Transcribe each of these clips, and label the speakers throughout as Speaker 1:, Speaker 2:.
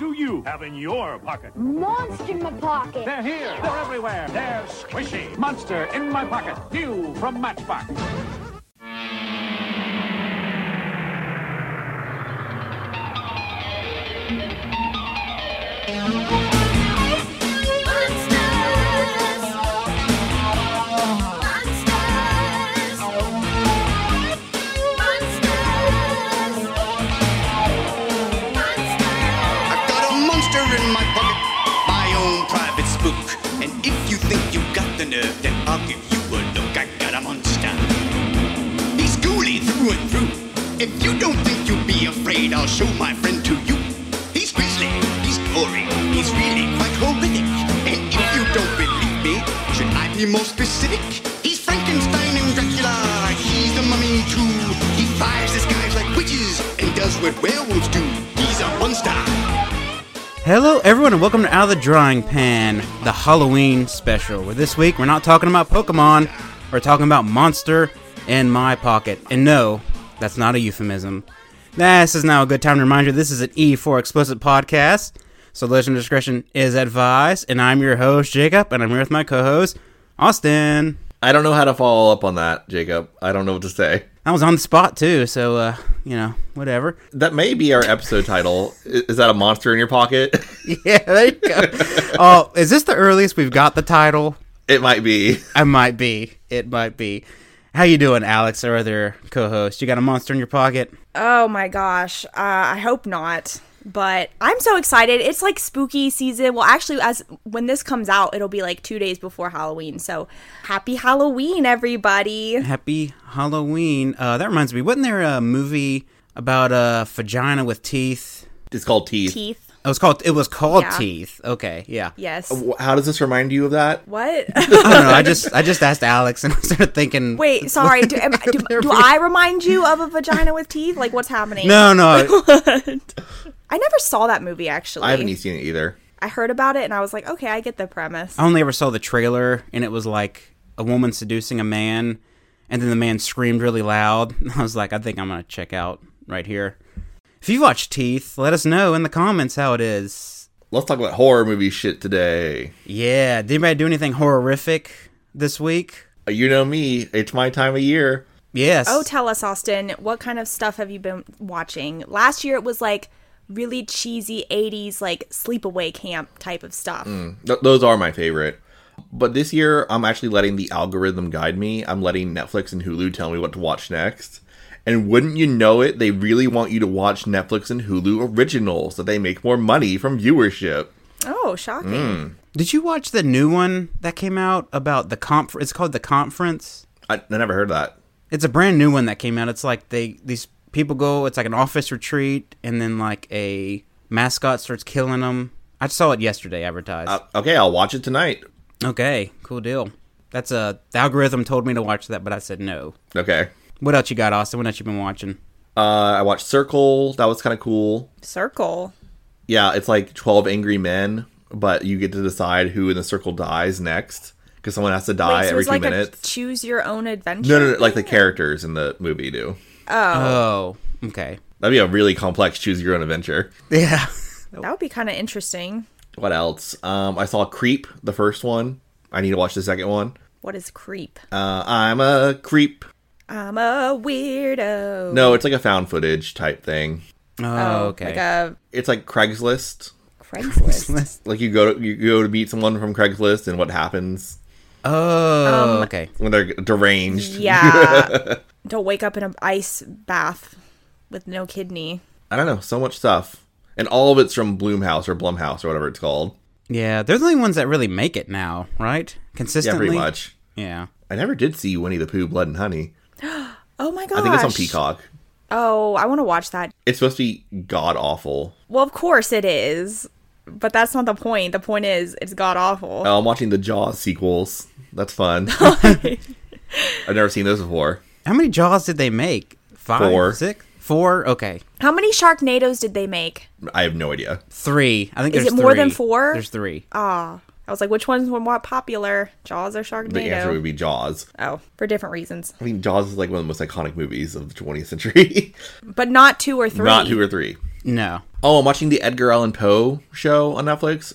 Speaker 1: you have in your pocket.
Speaker 2: Monster in my pocket.
Speaker 1: They're here. They're everywhere. They're squishy. Monster in my pocket. New from Matchbox.
Speaker 3: I've got a monster in my pocket, my own private spook. And if you think you got the nerve, then I'll give you a look. I got a monster. He's ghouly through and through. If you don't think you'll be afraid, I'll show my friend to you. He's grisly, he's gory, he's really quite horrific. And if you don't believe me, should I be more specific? He's Frankenstein and Dracula, he's the mummy too. He fires disguise like witches and does what werewolves do. He's a monster.
Speaker 4: Hello, everyone, and welcome to Out of the Drawing Pan, the Halloween special. Where this week we're not talking about Pokemon, we're talking about Monster in My Pocket. And no, that's not a euphemism. This is now a good time to remind you this is an E4 explicit podcast, so listener discretion is advised. And I'm your host, Jacob, and I'm here with my co host, Austin.
Speaker 5: I don't know how to follow up on that, Jacob. I don't know what to say.
Speaker 4: I was on the spot too, so, uh, you know, whatever.
Speaker 5: That may be our episode title. I- Is that a monster in your pocket?
Speaker 4: Yeah, there you go. oh, is this the earliest we've got the title?
Speaker 5: It might be.
Speaker 4: I might be. It might be. How you doing, Alex, our other co-host? You got a monster in your pocket?
Speaker 6: Oh my gosh. Uh, I hope not. But I'm so excited. It's like spooky season. Well, actually, as when this comes out, it'll be like two days before Halloween. So happy Halloween, everybody.
Speaker 4: Happy Halloween. Uh, that reminds me, wasn't there a movie about a vagina with teeth?
Speaker 5: It's called teeth.
Speaker 6: Teeth.
Speaker 4: It was called. It was called
Speaker 6: Yeah.
Speaker 4: Teeth. Okay, yeah.
Speaker 6: Yes.
Speaker 5: Wh- How does this remind you of that?
Speaker 6: What?
Speaker 4: I don't know. I just I just asked Alex and I started thinking.
Speaker 6: Wait, sorry. Do, am, do, do I remind you of a vagina with teeth? Like, what's happening?
Speaker 4: No, no.
Speaker 6: I never saw that movie, actually.
Speaker 5: I haven't seen it either.
Speaker 6: I heard about it and I was like, okay, I get the premise.
Speaker 4: I only ever saw the trailer, and it was like a woman seducing a man, and then the man screamed really loud. I was like, I think I'm gonna check out right here. If you've watched Teeth, let us know in the comments how it is.
Speaker 5: Let's talk about horror movie shit today.
Speaker 4: Yeah. Did anybody do anything horrific this week?
Speaker 5: Uh, You know me. It's my time of year.
Speaker 4: Yes.
Speaker 6: Oh, tell us, Austin, what kind of stuff have you been watching? Last year it was like really cheesy 80s, like sleepaway camp type of stuff.
Speaker 5: Th- those are my favorite. But this year, I'm actually letting the algorithm guide me. I'm letting Netflix and Hulu tell me what to watch next. And wouldn't you know it, they really want you to watch Netflix and Hulu originals so they make more money from viewership.
Speaker 6: Oh, shocking.
Speaker 5: Mm.
Speaker 4: Did you watch the new one that came out about the conference? It's called the conference.
Speaker 5: I, I never heard that.
Speaker 4: It's a brand new one that came out. It's like they these people go. It's like an office retreat, and then like a mascot starts killing them. I saw it yesterday advertised.
Speaker 5: Uh, okay, I'll watch it tonight.
Speaker 4: okay, cool deal. That's a the algorithm told me to watch that, but I said no.
Speaker 5: Okay.
Speaker 4: What else you got, Austin? What else you been watching?
Speaker 5: Uh, I watched Circle. That was kind of cool.
Speaker 6: Circle.
Speaker 5: Yeah, it's like 12 angry men, but you get to decide who in the circle dies next because someone has to die
Speaker 6: Wait, so
Speaker 5: every
Speaker 6: it's
Speaker 5: two
Speaker 6: like a
Speaker 5: minutes.
Speaker 6: choose your own adventure.
Speaker 5: No, no, no, like the
Speaker 6: thing?
Speaker 5: characters in the movie do.
Speaker 4: Oh, okay. Oh,
Speaker 5: That'd be a really complex choose your own adventure.
Speaker 4: Yeah.
Speaker 6: That would be kind of interesting.
Speaker 5: What else? Um, I saw Creep, the first one. I need to watch the second one.
Speaker 6: What is creep?
Speaker 5: Uh, I'm a creep.
Speaker 6: I'm a weirdo.
Speaker 5: No, it's like a found footage type thing.
Speaker 4: Oh, okay.
Speaker 6: Like a
Speaker 5: It's like Craigslist.
Speaker 6: Craigslist.
Speaker 5: Like you go to, you go to meet someone from Craigslist and what happens
Speaker 4: oh, okay.
Speaker 5: when they're deranged.
Speaker 6: yeah. Don't wake up in an ice bath with no kidney.
Speaker 5: I don't know, so much stuff. And all of it's from Bloomhouse or Blumhouse or whatever it's called.
Speaker 4: Yeah, they're the only ones that really make it now, right?
Speaker 5: Yeah,
Speaker 4: Consistently.
Speaker 5: pretty much.
Speaker 4: Yeah.
Speaker 5: I never did see Winnie the Pooh Blood and Honey.
Speaker 6: Oh my gosh.
Speaker 5: I think it's on Peacock.
Speaker 6: Oh, I want to watch that.
Speaker 5: It's supposed to be god awful.
Speaker 6: Well, of course it is. But that's not the point. The point is it's god awful.
Speaker 5: Oh, I'm watching the Jaws sequels. That's fun. I've never seen those before.
Speaker 4: How many Jaws did they make? Five,
Speaker 5: Four.
Speaker 4: six, four. Okay,
Speaker 6: How many Sharknadoes did they make?
Speaker 5: I have no idea.
Speaker 4: three. I think
Speaker 6: Is
Speaker 4: there's
Speaker 6: it more than
Speaker 4: three.
Speaker 6: four?
Speaker 4: There's three.
Speaker 6: Ah, I was like, which ones were more popular? Jaws or
Speaker 5: The answer
Speaker 6: Sharknado?
Speaker 5: would be Jaws.
Speaker 6: oh, for different reasons,
Speaker 5: I mean, Jaws is like one of the most iconic movies of the 20th century.
Speaker 6: but not two or three.
Speaker 5: Not two or three.
Speaker 4: No.
Speaker 5: Oh, I'm watching the Edgar Allan Poe show on Netflix.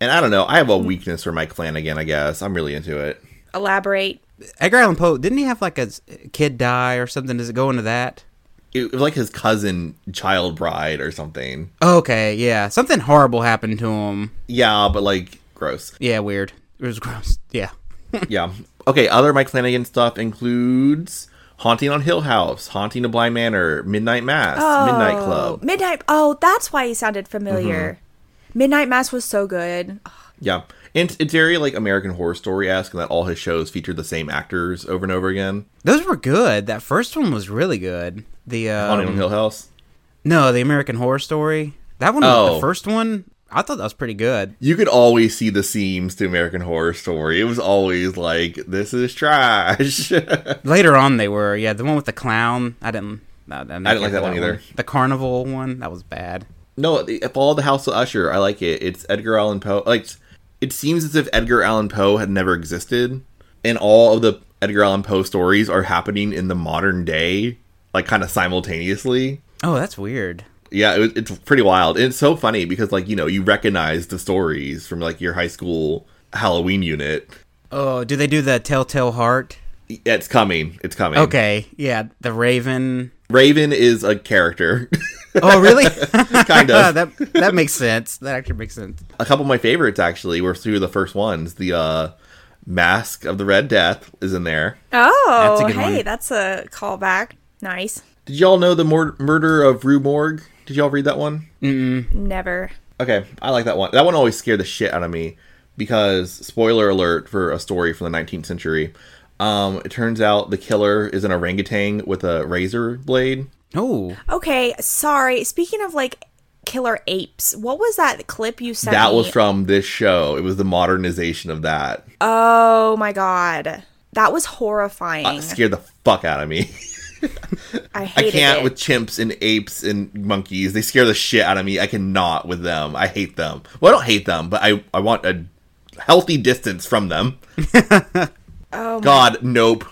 Speaker 5: And I don't know. I have a weakness for Mike Flanagan, I guess. I'm really into it.
Speaker 6: Elaborate.
Speaker 4: Edgar Allan Poe, didn't he have like a s- kid die or something? Does it go into that?
Speaker 5: It was like his cousin, child bride, or something.
Speaker 4: Okay, yeah. Something horrible happened to him.
Speaker 5: Yeah, but like gross.
Speaker 4: Yeah, weird. It was gross. Yeah.
Speaker 5: Yeah. Okay, other Mike Flanagan stuff includes Haunting on Hill House, Haunting of Blind Manor, Midnight Mass, Midnight Club.
Speaker 6: Midnight. Oh, that's why he sounded familiar. Midnight Mass was so good.
Speaker 5: Yeah. And it's very like American Horror Story esque, and that all his shows feature the same actors over and over again.
Speaker 4: Those were good. That first one was really good. The
Speaker 5: Haunting
Speaker 4: uh
Speaker 5: on Hill House.
Speaker 4: No, the American Horror Story. That one was
Speaker 5: Oh.
Speaker 4: the first one. I thought that was pretty good.
Speaker 5: You could always see the seams to American Horror Story. It was always like, this is trash.
Speaker 4: Later on they were, yeah, the one with the clown. I didn't I didn't,
Speaker 5: I didn't like that one either.
Speaker 4: The carnival one, that was bad.
Speaker 5: No, follow the House of Usher. I like it. It's Edgar Allan Poe. Like, it seems as if Edgar Allan Poe had never existed, and all of the Edgar Allan Poe stories are happening in the modern day, like kind of simultaneously.
Speaker 4: Oh, that's weird.
Speaker 5: Yeah, it, was- it's pretty wild. And it's so funny because, like, you know, you recognize the stories from like your high school Halloween unit.
Speaker 4: Oh, do they do the Telltale Heart?
Speaker 5: It's coming. It's coming.
Speaker 4: Okay, yeah, the Raven.
Speaker 5: Raven is a character.
Speaker 4: Oh, really?
Speaker 5: kind of.
Speaker 4: that that makes sense. That actually makes sense.
Speaker 5: a couple of my favorites actually were two of the first ones. The uh, Mask of the Red Death is in there.
Speaker 6: Oh,
Speaker 4: That's a good
Speaker 6: hey,
Speaker 4: one.
Speaker 6: that's a callback. Nice.
Speaker 5: Did y'all know the mur- murder of Rue Morgue? Did y'all read that one?
Speaker 6: Never.
Speaker 5: Okay, I like that one. That one always scared the shit out of me because spoiler alert for a story from the 19th century. Um, it turns out the killer is an orangutan with a razor blade.
Speaker 4: Oh,
Speaker 6: Okay, sorry. Speaking of like killer apes, what was that clip you sent?
Speaker 5: That was
Speaker 6: me?
Speaker 5: from this show. It was the modernization of that.
Speaker 6: Oh my god, that was horrifying.
Speaker 5: It scared the fuck out of me.
Speaker 6: I
Speaker 5: I
Speaker 6: hated
Speaker 5: can't
Speaker 6: it.
Speaker 5: with chimps and apes and monkeys. They scare the shit out of me. I cannot with them. I hate them. Well, I don't hate them, but I, I want a healthy distance from them. oh God, nope.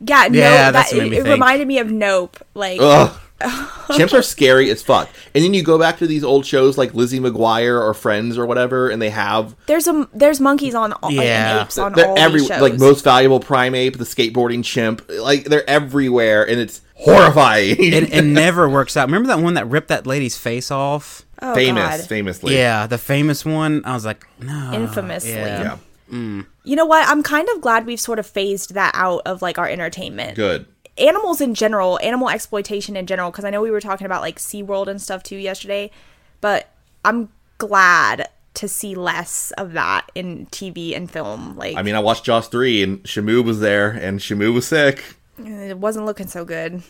Speaker 6: yeah, no,
Speaker 4: Yeah,
Speaker 6: that,
Speaker 4: that's what made
Speaker 6: it,
Speaker 4: me
Speaker 6: it
Speaker 4: think.
Speaker 6: reminded me of Nope. Like,
Speaker 5: Ugh. chimps are scary as fuck. And then you go back to these old shows like Lizzie McGuire or Friends or whatever, and they have
Speaker 6: there's a there's monkeys on all
Speaker 4: Yeah.
Speaker 6: and apes on
Speaker 5: they're
Speaker 6: all
Speaker 5: every
Speaker 6: these shows.
Speaker 5: like most valuable primate, the skateboarding chimp. Like they're everywhere, and it's horrifying.
Speaker 4: it, it never works out. Remember that one that ripped that lady's face off?
Speaker 6: oh,
Speaker 5: famous,
Speaker 6: God.
Speaker 5: famously.
Speaker 4: Yeah, the famous one. I was like, no,
Speaker 6: Infamously.
Speaker 4: yeah.
Speaker 5: yeah,
Speaker 6: You know what? I'm kind of glad we've sort of phased that out of like our entertainment.
Speaker 5: good.
Speaker 6: animals in general, animal exploitation in general, because I know we were talking about like SeaWorld and stuff too yesterday, but I'm glad to see less of that in TV and film. Like,
Speaker 5: I mean, I watched Jaws 3 and Shamu was there and Shamu was sick.
Speaker 6: it wasn't looking so good.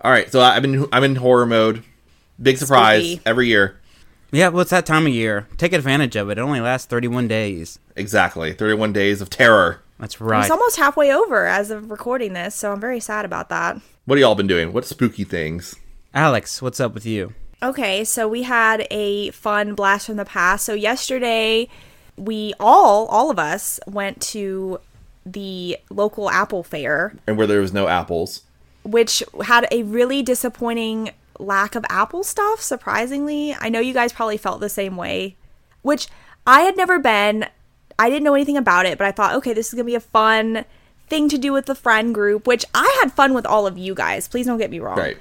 Speaker 5: All right, so I- I've been I'm in horror mode. Big surprise
Speaker 6: Spooky.
Speaker 5: every year.
Speaker 4: yeah. Well, it's that time of year. Take advantage of it. It only lasts thirty-one days.
Speaker 5: Exactly. 31 days of terror.
Speaker 4: That's right.
Speaker 6: It's almost halfway over as of recording this, so I'm very sad about that.
Speaker 5: What have y'all been doing? What spooky things?
Speaker 4: Alex, what's up with you?
Speaker 6: Okay, so we had a fun blast from the past. So yesterday, we all, all of us, went to the local Apple Fair
Speaker 5: And where there was no apples.
Speaker 6: which had a really disappointing lack of Apple stuff, surprisingly. I know you guys probably felt the same way, which I had never been. I didn't know anything about it, but I thought, okay, this is going to be a fun thing to do with the friend group, which I had fun with all of you guys. Please don't get me wrong.
Speaker 5: Right.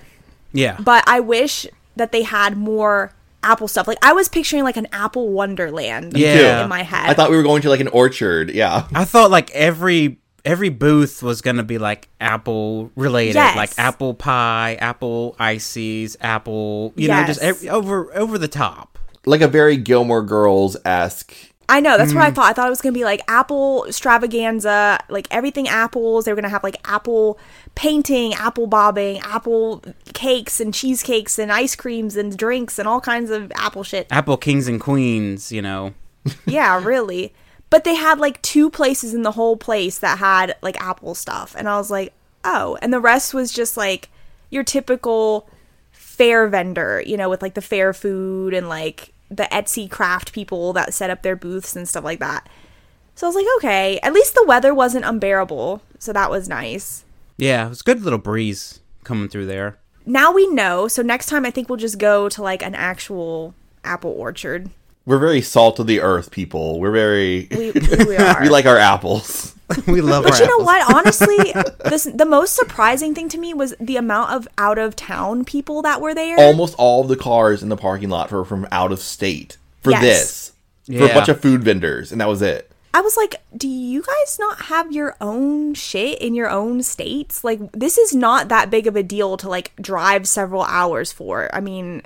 Speaker 4: Yeah,
Speaker 6: But I wish that they had more Apple stuff. Like, I was picturing like an Apple Wonderland
Speaker 4: Yeah.
Speaker 6: in my head.
Speaker 5: I thought we were going to like an orchard. Yeah.
Speaker 4: I thought like every every booth was gonna be like Apple related,
Speaker 6: Yes.
Speaker 4: like apple pie, apple ices, apple. You know, just
Speaker 6: Yes.
Speaker 4: ev- over over the top.
Speaker 5: Like a very Gilmore Girls esque.
Speaker 6: I know. That's what I thought. I thought it was going to be like Apple extravaganza, like everything apples. They were going to have like Apple painting, Apple bobbing, Apple cakes and cheesecakes and ice creams and drinks and all kinds of Apple shit.
Speaker 4: Apple kings and queens. You know.
Speaker 6: yeah, really. But they had like two places in the whole place that had like Apple stuff. And I was like, oh. And the rest was just like your typical fair vendor, you know, with like the fair food and like the Etsy craft people that set up their booths and stuff like that. So I was like, okay. At least the weather wasn't unbearable. So that was nice.
Speaker 4: Yeah, it was a good little breeze coming through there.
Speaker 6: now we know. So next time, I think we'll just go to like an actual apple orchard.
Speaker 5: We're very salt of the earth people. We're very
Speaker 6: We, we are.
Speaker 5: we like our apples.
Speaker 4: we love our
Speaker 6: But you know
Speaker 4: apples.
Speaker 6: what? Honestly, this, the most surprising thing to me was the amount of out of town people that were there.
Speaker 5: Almost all of the cars in the parking lot were from out of state for
Speaker 6: Yes.
Speaker 5: this. For a
Speaker 4: Yeah.
Speaker 5: bunch of food vendors, and that was it.
Speaker 6: I was like, do you guys not have your own shit in your own states? Like, this is not that big of a deal to like drive several hours for. I mean,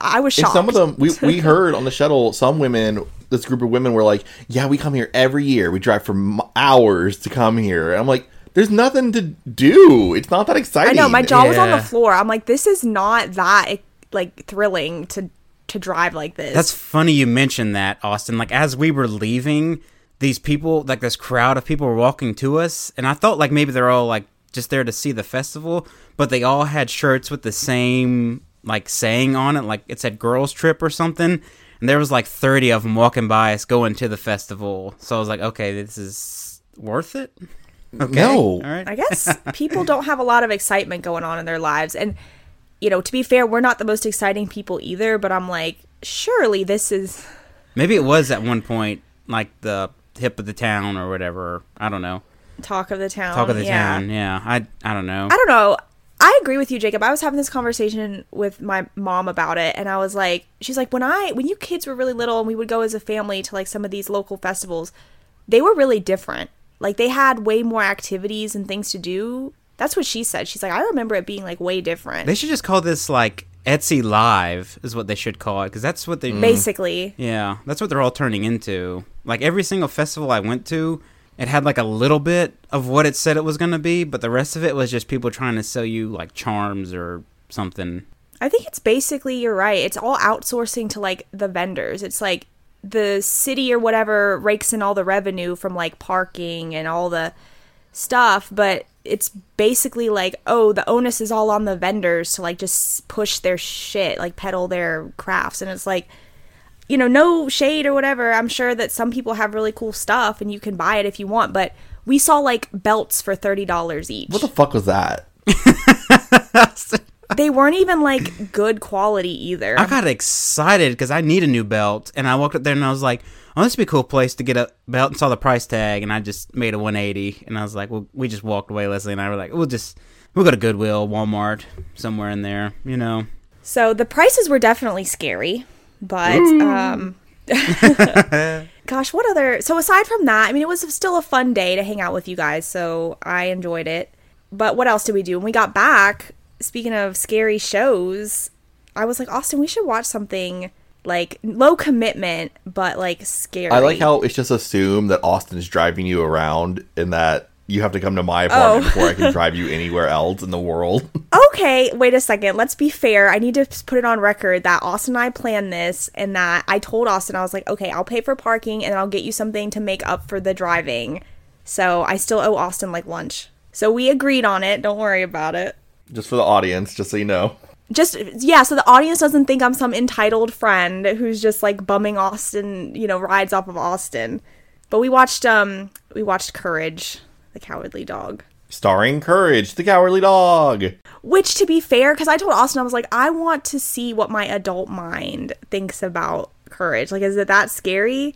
Speaker 6: I was
Speaker 5: And
Speaker 6: shocked.
Speaker 5: some of them, we, we heard on the shuttle, some women, this group of women were like, Yeah, we come here every year. We drive for m- hours to come here. And I'm like, There's nothing to do. It's not that
Speaker 6: I
Speaker 5: exciting.
Speaker 6: know my jaw was on the
Speaker 4: Yeah.
Speaker 6: floor. I'm like, this is not that like thrilling to to drive like this.
Speaker 4: That's funny you mentioned that, Austin. Like as we were leaving, these people, like this crowd of people were walking to us, and I thought like maybe they're all like just there to see the festival, but they all had shirts with the same like saying on it, like it said girls trip or something. And there was like 30 of them walking by us going to the festival. So I was like, okay, this is worth it. Okay.
Speaker 5: No.
Speaker 4: All right.
Speaker 6: I guess people don't have a lot of excitement going on in their lives. And, you know, to be fair, we're not the most exciting people either, but I'm like, surely this is.
Speaker 4: Maybe it was at one point like the hip of the town or whatever. I don't know.
Speaker 6: Talk of the town.
Speaker 4: Talk of the
Speaker 6: Um, yeah.
Speaker 4: town. Yeah. I I don't know.
Speaker 6: I don't know. I agree with you, Jacob. I was having this conversation with my mom about it, and I was like, she's like, when I, when you kids were really little and we would go as a family to like some of these local festivals, they were really different. Like they had way more activities and things to do. That's what she said. She's like, I remember it being like way different.
Speaker 4: They should just call this like Etsy Live is what they should call it because that's what they
Speaker 6: Basically,
Speaker 4: yeah that's what they're all turning into. Like every single festival I went to, it had like a little bit of what it said it was going to be, but the rest of it was just people trying to sell you like charms or something.
Speaker 6: I think it's basically you're right. It's all outsourcing to like the vendors. It's like the city or whatever rakes in all the revenue from like parking and all the stuff, but it's basically like, oh, the onus is all on the vendors to like just push their shit, like peddle their crafts. And it's like, you know, no shade or whatever. I'm sure that some people have really cool stuff and you can buy it if you want, but we saw like belts for $30 each
Speaker 5: What the fuck was that?
Speaker 6: they weren't even like good quality either.
Speaker 4: I got excited because I need a new belt, and I walked up there and I was like, "Oh, this would be a cool place to get a belt." And saw the price tag, and I just made a 180, and I was like, "Well, we just walked away." Leslie and I were like, "We'll just we'll go to Goodwill, Walmart, somewhere in there, you know."
Speaker 6: So the prices were definitely scary, but um gosh, what other So aside from that, I mean it was still a fun day to hang out with you guys, so I enjoyed it. But what else did we do? When we got back, speaking of scary shows, I was like, "Austin, we should watch something like low commitment but like scary."
Speaker 5: I like how it's just assumed that Austin's driving you around and that you have to come to my apartment
Speaker 6: Oh.
Speaker 5: before I can drive you anywhere else in the world.
Speaker 6: okay, wait a second. Let's be fair. I need to put it on record that Austin and I planned this and that I told Austin, I was like, okay, I'll pay for parking and I'll get you something to make up for the driving. So I still owe Austin like lunch. So we agreed on it. Don't worry about it.
Speaker 5: just for the audience, just so you know.
Speaker 6: Just, yeah, so the audience doesn't think I'm some entitled friend who's just like bumming Austin, you know, rides off of Austin. But we watched, um, we watched Courage, the Cowardly Dog.
Speaker 5: Starring Courage, the Cowardly Dog.
Speaker 6: Which, to be fair, because I told Austin, I was like, I want to see what my adult mind thinks about courage. Like, is it that scary?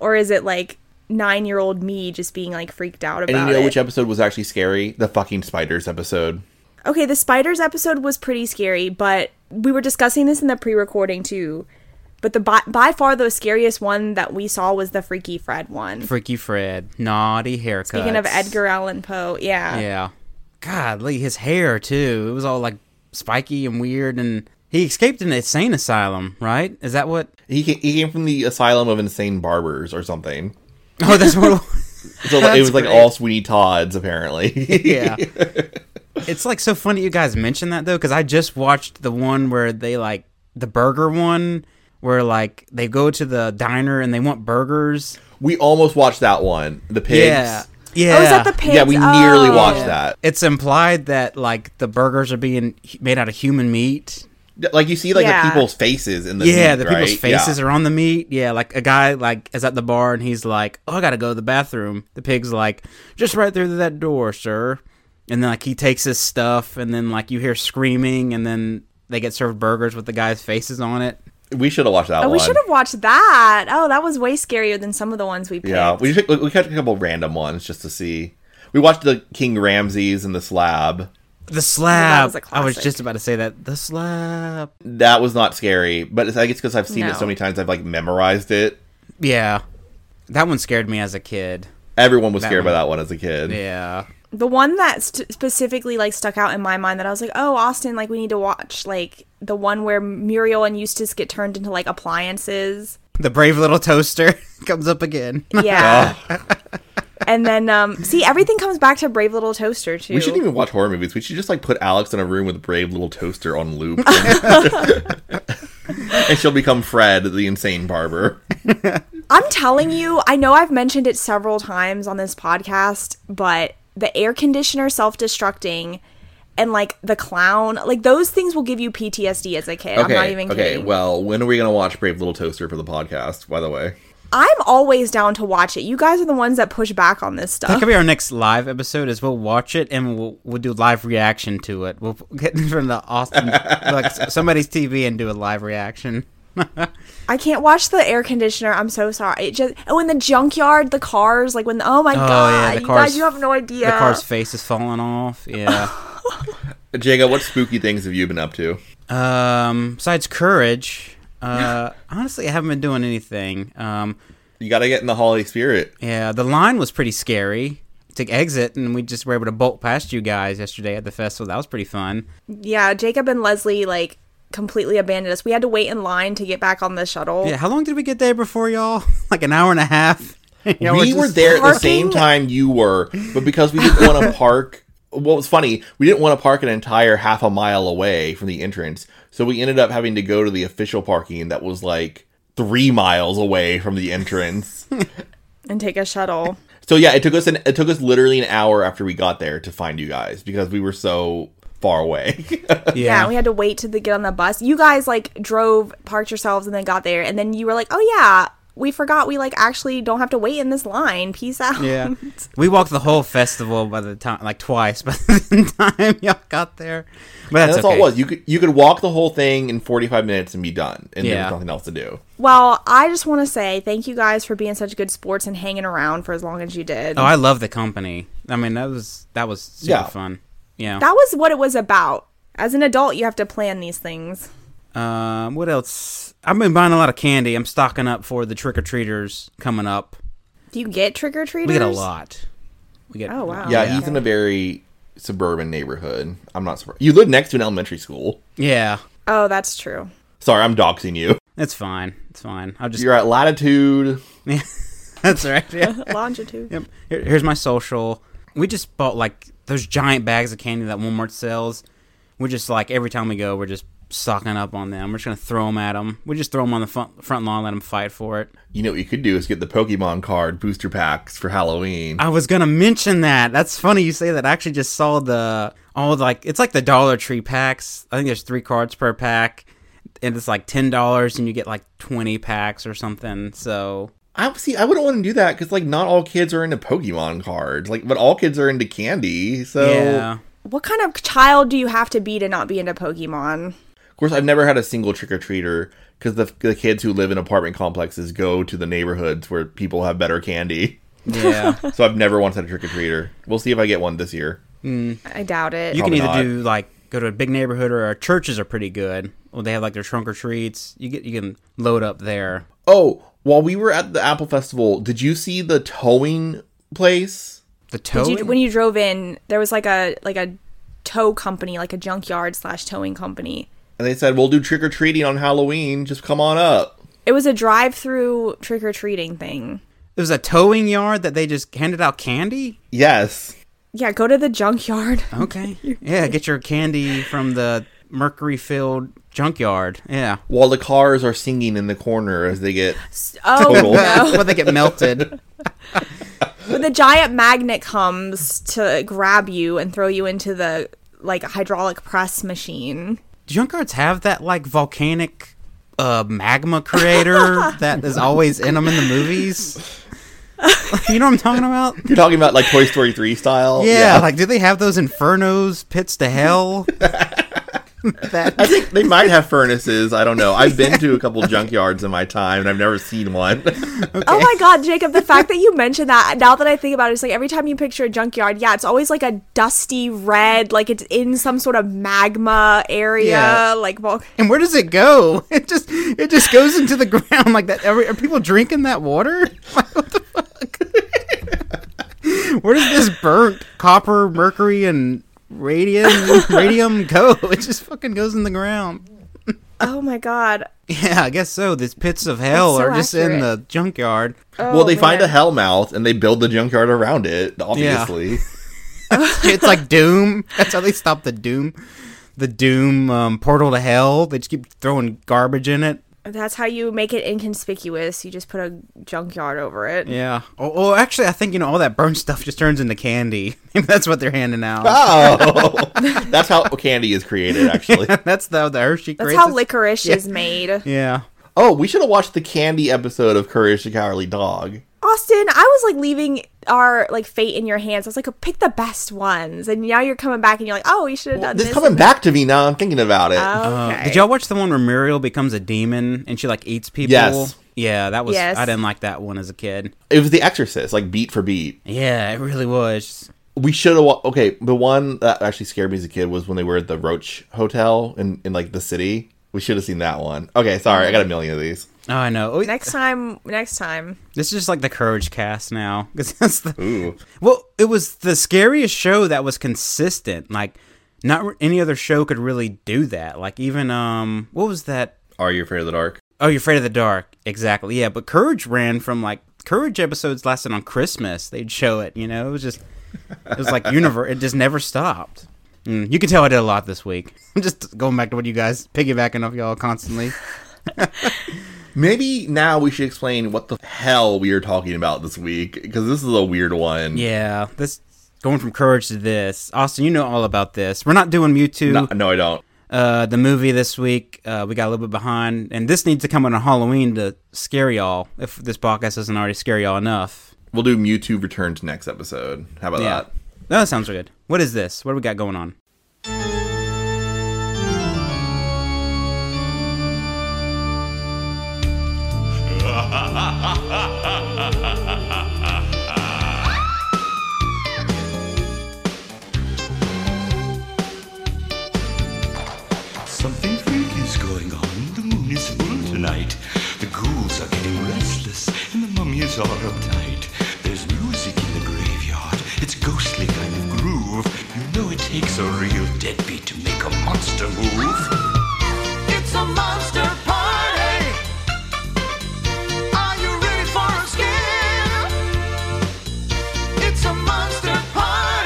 Speaker 6: Or is it like nine year old me just being like freaked out
Speaker 5: And you
Speaker 6: about
Speaker 5: know
Speaker 6: it?
Speaker 5: which episode was actually scary? The fucking spiders episode.
Speaker 6: okay, the spiders episode was pretty scary, but we were discussing this in the pre recording too. But the by, by far the scariest one that we saw was the Freaky Fred one.
Speaker 4: Freaky Fred, naughty haircut.
Speaker 6: Speaking of Edgar Allan Poe, yeah.
Speaker 4: yeah, godly, his hair too. It was all like spiky and weird, and he escaped an insane asylum, right? Is that what?
Speaker 5: He came, he came from the asylum of insane barbers or something.
Speaker 4: Oh, that's what. It was.
Speaker 5: So like, it
Speaker 4: That's
Speaker 5: was like
Speaker 4: great.
Speaker 5: all Sweeney Todd's apparently.
Speaker 4: yeah. It's like so funny you guys mentioned that though, because I just watched the one where they like the burger one, where like they go to the diner and they want burgers.
Speaker 5: we almost watched that one. The pigs.
Speaker 4: Yeah, yeah.
Speaker 6: Oh, is that the pigs?
Speaker 5: Yeah, we nearly
Speaker 6: Oh.
Speaker 5: watched that.
Speaker 4: It's implied that like the burgers are being hu- made out of human meat.
Speaker 5: Like you see like
Speaker 6: Yeah.
Speaker 5: the people's faces in the
Speaker 4: Yeah, the
Speaker 5: meat,
Speaker 4: people's
Speaker 5: right?
Speaker 4: faces
Speaker 5: Yeah.
Speaker 4: are on the meat. Yeah, like a guy like is at the bar and he's like, "Oh, I gotta go to the bathroom." The pig's like, "Just right through that door, sir." and then like he takes his stuff, and then like you hear screaming, and then they get served burgers with the guy's faces on it.
Speaker 5: We should have watched that
Speaker 6: Oh,
Speaker 5: one.
Speaker 6: we should have watched that. Oh, that was way scarier than some of the ones we picked.
Speaker 5: Yeah, we should, we catch a couple random ones just to see. We watched the King Ramses and the slab.
Speaker 4: The slab.
Speaker 6: was a
Speaker 4: I was
Speaker 6: classic.
Speaker 4: just about to say that. The slab.
Speaker 5: That was not scary, but it's, I guess because I've seen it
Speaker 6: No.
Speaker 5: so many times, I've like memorized it.
Speaker 4: Yeah, that one scared me as a kid.
Speaker 5: Everyone was scared by
Speaker 4: one.
Speaker 5: that one as a kid.
Speaker 4: Yeah.
Speaker 6: the one that st- specifically like stuck out in my mind that I was like, oh, Austin, like we need to watch like the one where Muriel and Eustace get turned into like appliances.
Speaker 4: The brave little toaster comes up again.
Speaker 5: Oh.
Speaker 6: Yeah. and then um see everything comes back to Brave Little Toaster too.
Speaker 5: We shouldn't even watch horror movies. We should just like put Alex in a room with a brave little toaster on loop, and she'll become Fred, the insane barber.
Speaker 6: I'm telling you, I know I've mentioned it several times on this podcast, but the air conditioner self-destructing and like the clown, like those things will give you PTSD as a kid. I'm not even
Speaker 5: okay.
Speaker 6: kidding.
Speaker 5: Well, when are we gonna watch Brave Little Toaster for the podcast? By the way,
Speaker 6: I'm always down to watch it. You guys are the ones that push back on this stuff.
Speaker 4: That could be our next live episode. Is we'll watch it and we'll we'll do live reaction to it. We'll get in front of the Austin like s- somebody's TV and do a live reaction.
Speaker 6: I can't watch the air conditioner. I'm so sorry. It just oh, in the junkyard, the cars, like when the, oh my god, you guys, you have no idea.
Speaker 4: The car's face is falling off. Yeah.
Speaker 5: Jacob, what spooky things have you been up to?
Speaker 4: um. Besides courage, uh, honestly, I haven't been doing anything. Um.
Speaker 5: You gotta get in the holiday spirit.
Speaker 4: Yeah. The line was pretty scary to exit, and we just were able to bolt past you guys yesterday at the festival. That was pretty fun.
Speaker 6: yeah, Jacob and Leslie like completely abandoned us. We had to wait in line to get back on the shuttle.
Speaker 4: Yeah. How long did we get there before y'all? Like an hour and a half. Yeah,
Speaker 5: we
Speaker 4: just-
Speaker 5: were there at the same
Speaker 6: parking-
Speaker 5: time you were, but because we didn't want to park. What was funny, we didn't want to park an entire half a mile away from the entrance, so we ended up having to go to the official parking that was like three miles away from the entrance.
Speaker 6: And take a shuttle.
Speaker 5: so yeah, it took us an it took us literally an hour after we got there to find you guys because we were so far away.
Speaker 6: Yeah. we had to wait to the, get on the bus. You guys like drove, parked yourselves, and then got there. And then you were like, oh yeah, we forgot we like actually don't have to wait in this line. Peace out.
Speaker 4: Yeah, we walked the whole festival by the time, like twice by the time y'all got there. But that's,
Speaker 5: And that's all
Speaker 4: okay.
Speaker 5: it was. You could you could walk the whole thing in forty five minutes and be done, and there
Speaker 4: Yeah.
Speaker 5: was nothing else to do.
Speaker 6: Well, I just want to say thank you guys for being such good sports and hanging around for as long as you did.
Speaker 4: Oh, I love the company. I mean, that was that was super
Speaker 5: Yeah.
Speaker 4: fun. Yeah.
Speaker 6: that was what it was about. As an adult, you have to plan these things.
Speaker 4: um, what else? I've been buying a lot of candy. I'm stocking up for the trick or treaters coming up.
Speaker 6: Do you get trick or treaters?
Speaker 4: We get a lot. We get.
Speaker 6: Oh wow.
Speaker 5: Yeah, he's in a very suburban neighborhood. I'm not surprised. You live next to an elementary school.
Speaker 4: Yeah,
Speaker 6: Oh, that's true.
Speaker 5: Sorry, I'm doxing you.
Speaker 4: it's fine. It's fine. I'll just.
Speaker 5: You're at latitude.
Speaker 4: that's right. Yeah.
Speaker 6: Longitude.
Speaker 4: Yep. Here, here's my social. We just bought like those giant bags of candy that Walmart sells. We're just like every time we go, we're just stocking up on them. We're just gonna throw them at them. We just throw them on the front, front lawn, let them fight for it.
Speaker 5: You know what you could do is get the Pokemon card booster packs for Halloween.
Speaker 4: I was gonna mention that. That's funny you say that. I actually just saw the all the, like it's like the Dollar Tree packs. I think there's three cards per pack, and it's like ten dollars, and you get like twenty packs or something. So
Speaker 5: I see. I wouldn't want to do that because like not all kids are into Pokemon cards. Like, but all kids are into candy. So
Speaker 4: yeah,
Speaker 6: What kind of child do you have to be to not be into Pokemon?
Speaker 5: of course, I've never had a single trick or treater because the the kids who live in apartment complexes go to the neighborhoods where people have better candy.
Speaker 4: yeah.
Speaker 5: So I've never once had a trick or treater. We'll see if I get one this year.
Speaker 6: I doubt it.
Speaker 4: You can either
Speaker 5: Probably not.
Speaker 4: do like go to a big neighborhood or our churches are pretty good. Well, they have like their trunk or treats. You get you can load up there.
Speaker 5: Oh, while we were at the Apple Festival, did you see the towing place?
Speaker 4: The
Speaker 6: Did
Speaker 4: tow.
Speaker 6: you- when you drove in, there was like a like a tow company, like a junkyard slash towing company.
Speaker 5: And they said, "We'll do trick or treating on Halloween. Just come on up."
Speaker 6: It was a drive-through trick or treating thing.
Speaker 4: it was a towing yard that they just handed out candy.
Speaker 5: Yes.
Speaker 6: Yeah, go to the junkyard.
Speaker 4: Okay. yeah, get your candy from the mercury-filled junkyard. Yeah.
Speaker 5: While the cars are singing in the corner as they get
Speaker 6: Oh
Speaker 5: Total.
Speaker 6: no!
Speaker 4: Well, they get melted.
Speaker 6: But the giant magnet comes to grab you and throw you into the like hydraulic press machine.
Speaker 4: Do junkyards have that like volcanic uh, magma creator that is always in them in the movies? you know what I'm talking about?
Speaker 5: You're talking about like Toy Story 3 style?
Speaker 4: Yeah, like do they have those infernos, pits to hell?
Speaker 5: I
Speaker 4: that,
Speaker 5: think they might have furnaces. I don't know. I've been to a couple junkyards in my time and I've never seen one.
Speaker 6: Oh my god, Jacob, the fact that you mentioned that, now that I think about it, it's like every time you picture a junkyard, yeah, it's always like a dusty red, like it's in some sort of magma area,
Speaker 4: Yeah.
Speaker 6: like vol-
Speaker 4: and where does it go? It just it just goes into the ground like that. Are, we- are people drinking that water? Like, what the fuck? where does this burnt copper, mercury, and radium radium go? It just fucking goes in the ground.
Speaker 6: Oh my god.
Speaker 4: Yeah, I guess so. These pits of hell
Speaker 6: so
Speaker 4: are just in
Speaker 6: accurate.
Speaker 4: the junkyard.
Speaker 5: well, they find a
Speaker 6: Oh, man.
Speaker 5: hell mouth and they build the junkyard around it, obviously.
Speaker 4: it's like Doom. That's how they stop the Doom, the Doom um, portal to hell. They just keep throwing garbage in it.
Speaker 6: That's how you make it inconspicuous. You just put a junkyard over it.
Speaker 4: Yeah. Oh, oh actually, I think you know all that burnt stuff just turns into candy. Maybe that's what they're handing
Speaker 6: Ah!
Speaker 4: out.
Speaker 5: Oh, that's how candy is created, actually.
Speaker 4: that's the, the Hershey.
Speaker 6: That's
Speaker 4: creates
Speaker 6: how
Speaker 4: it.
Speaker 6: licorice is made.
Speaker 4: Yeah.
Speaker 5: Oh, we should have watched the candy episode of Courage the Cowardly Dog.
Speaker 6: Austin, I was like leaving our like fate in your hands. I was like, "Oh, pick the best ones, and now you're coming back and you're like, oh, we should have done
Speaker 5: This
Speaker 6: this. Oh.
Speaker 5: coming back to me now. I'm thinking about it.
Speaker 4: Uh,
Speaker 6: Okay.
Speaker 4: Did y'all watch the one where Muriel becomes a demon and she like eats people?
Speaker 5: Yes.
Speaker 4: Yeah, that was.
Speaker 6: Yes.
Speaker 4: I didn't like that one as a kid.
Speaker 5: it was The Exorcist, like beat for beat.
Speaker 4: Yeah, it really was.
Speaker 5: We should have. Wa- okay, the one that actually scared me as a kid was when they were at the Roach Hotel in, in like the city. We should have seen that one. Okay, sorry, I got a million of these.
Speaker 4: Oh, I know. Oh,
Speaker 6: next time, next time.
Speaker 4: This is just like the Courage Cast now, because that's the well, it was the scariest show that was consistent. Like, not re- any other show could really do that. Like, even um, what was that?
Speaker 5: Are you afraid of the dark?
Speaker 4: Oh, you're afraid of the dark, exactly. Yeah, but Courage ran from like Courage episodes lasted on Christmas. They'd show it, you know. It was just, it was like universe. It just never stopped. Mm, you can tell I did a lot this week. I'm just going back to what you guys piggybacking off y'all constantly.
Speaker 5: Maybe now we should explain what the hell we are talking about this week because this is a weird one.
Speaker 4: Yeah, this going from Courage to this. Austin, you know all about this. We're not doing Mewtwo.
Speaker 5: No, no, I don't.
Speaker 4: uh, the movie this week. Uh, we got a little bit behind, and this needs to come on a Halloween to scare y'all. If this podcast doesn't already scare y'all enough,
Speaker 5: We'll do Mewtwo Returns next episode. How about
Speaker 4: yeah,
Speaker 5: that?
Speaker 4: no, that sounds good. What is this? What do we got going on?
Speaker 7: Something freak is going on. The moon is full tonight. The ghouls are getting restless, and the mummies are uptight. There's music in the graveyard. It's ghostly kind of groove. You know it takes a real deadbeat to make a monster move.
Speaker 8: It's a monster party. Are you ready for a scare? It's a monster party.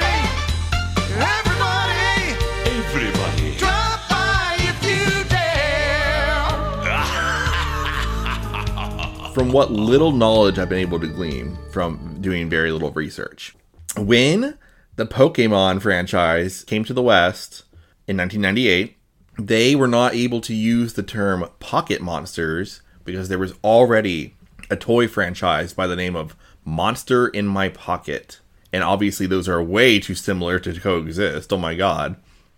Speaker 8: Everybody,
Speaker 7: Everybody.
Speaker 8: drop by if you dare.
Speaker 5: From what little knowledge I've been able to glean from doing very little research, when the Pokemon franchise came to the West in 1998, they were not able to use the term pocket monsters because there was already a toy franchise by the name of Monster in My Pocket. And obviously, those are way too similar to coexist. Oh my god.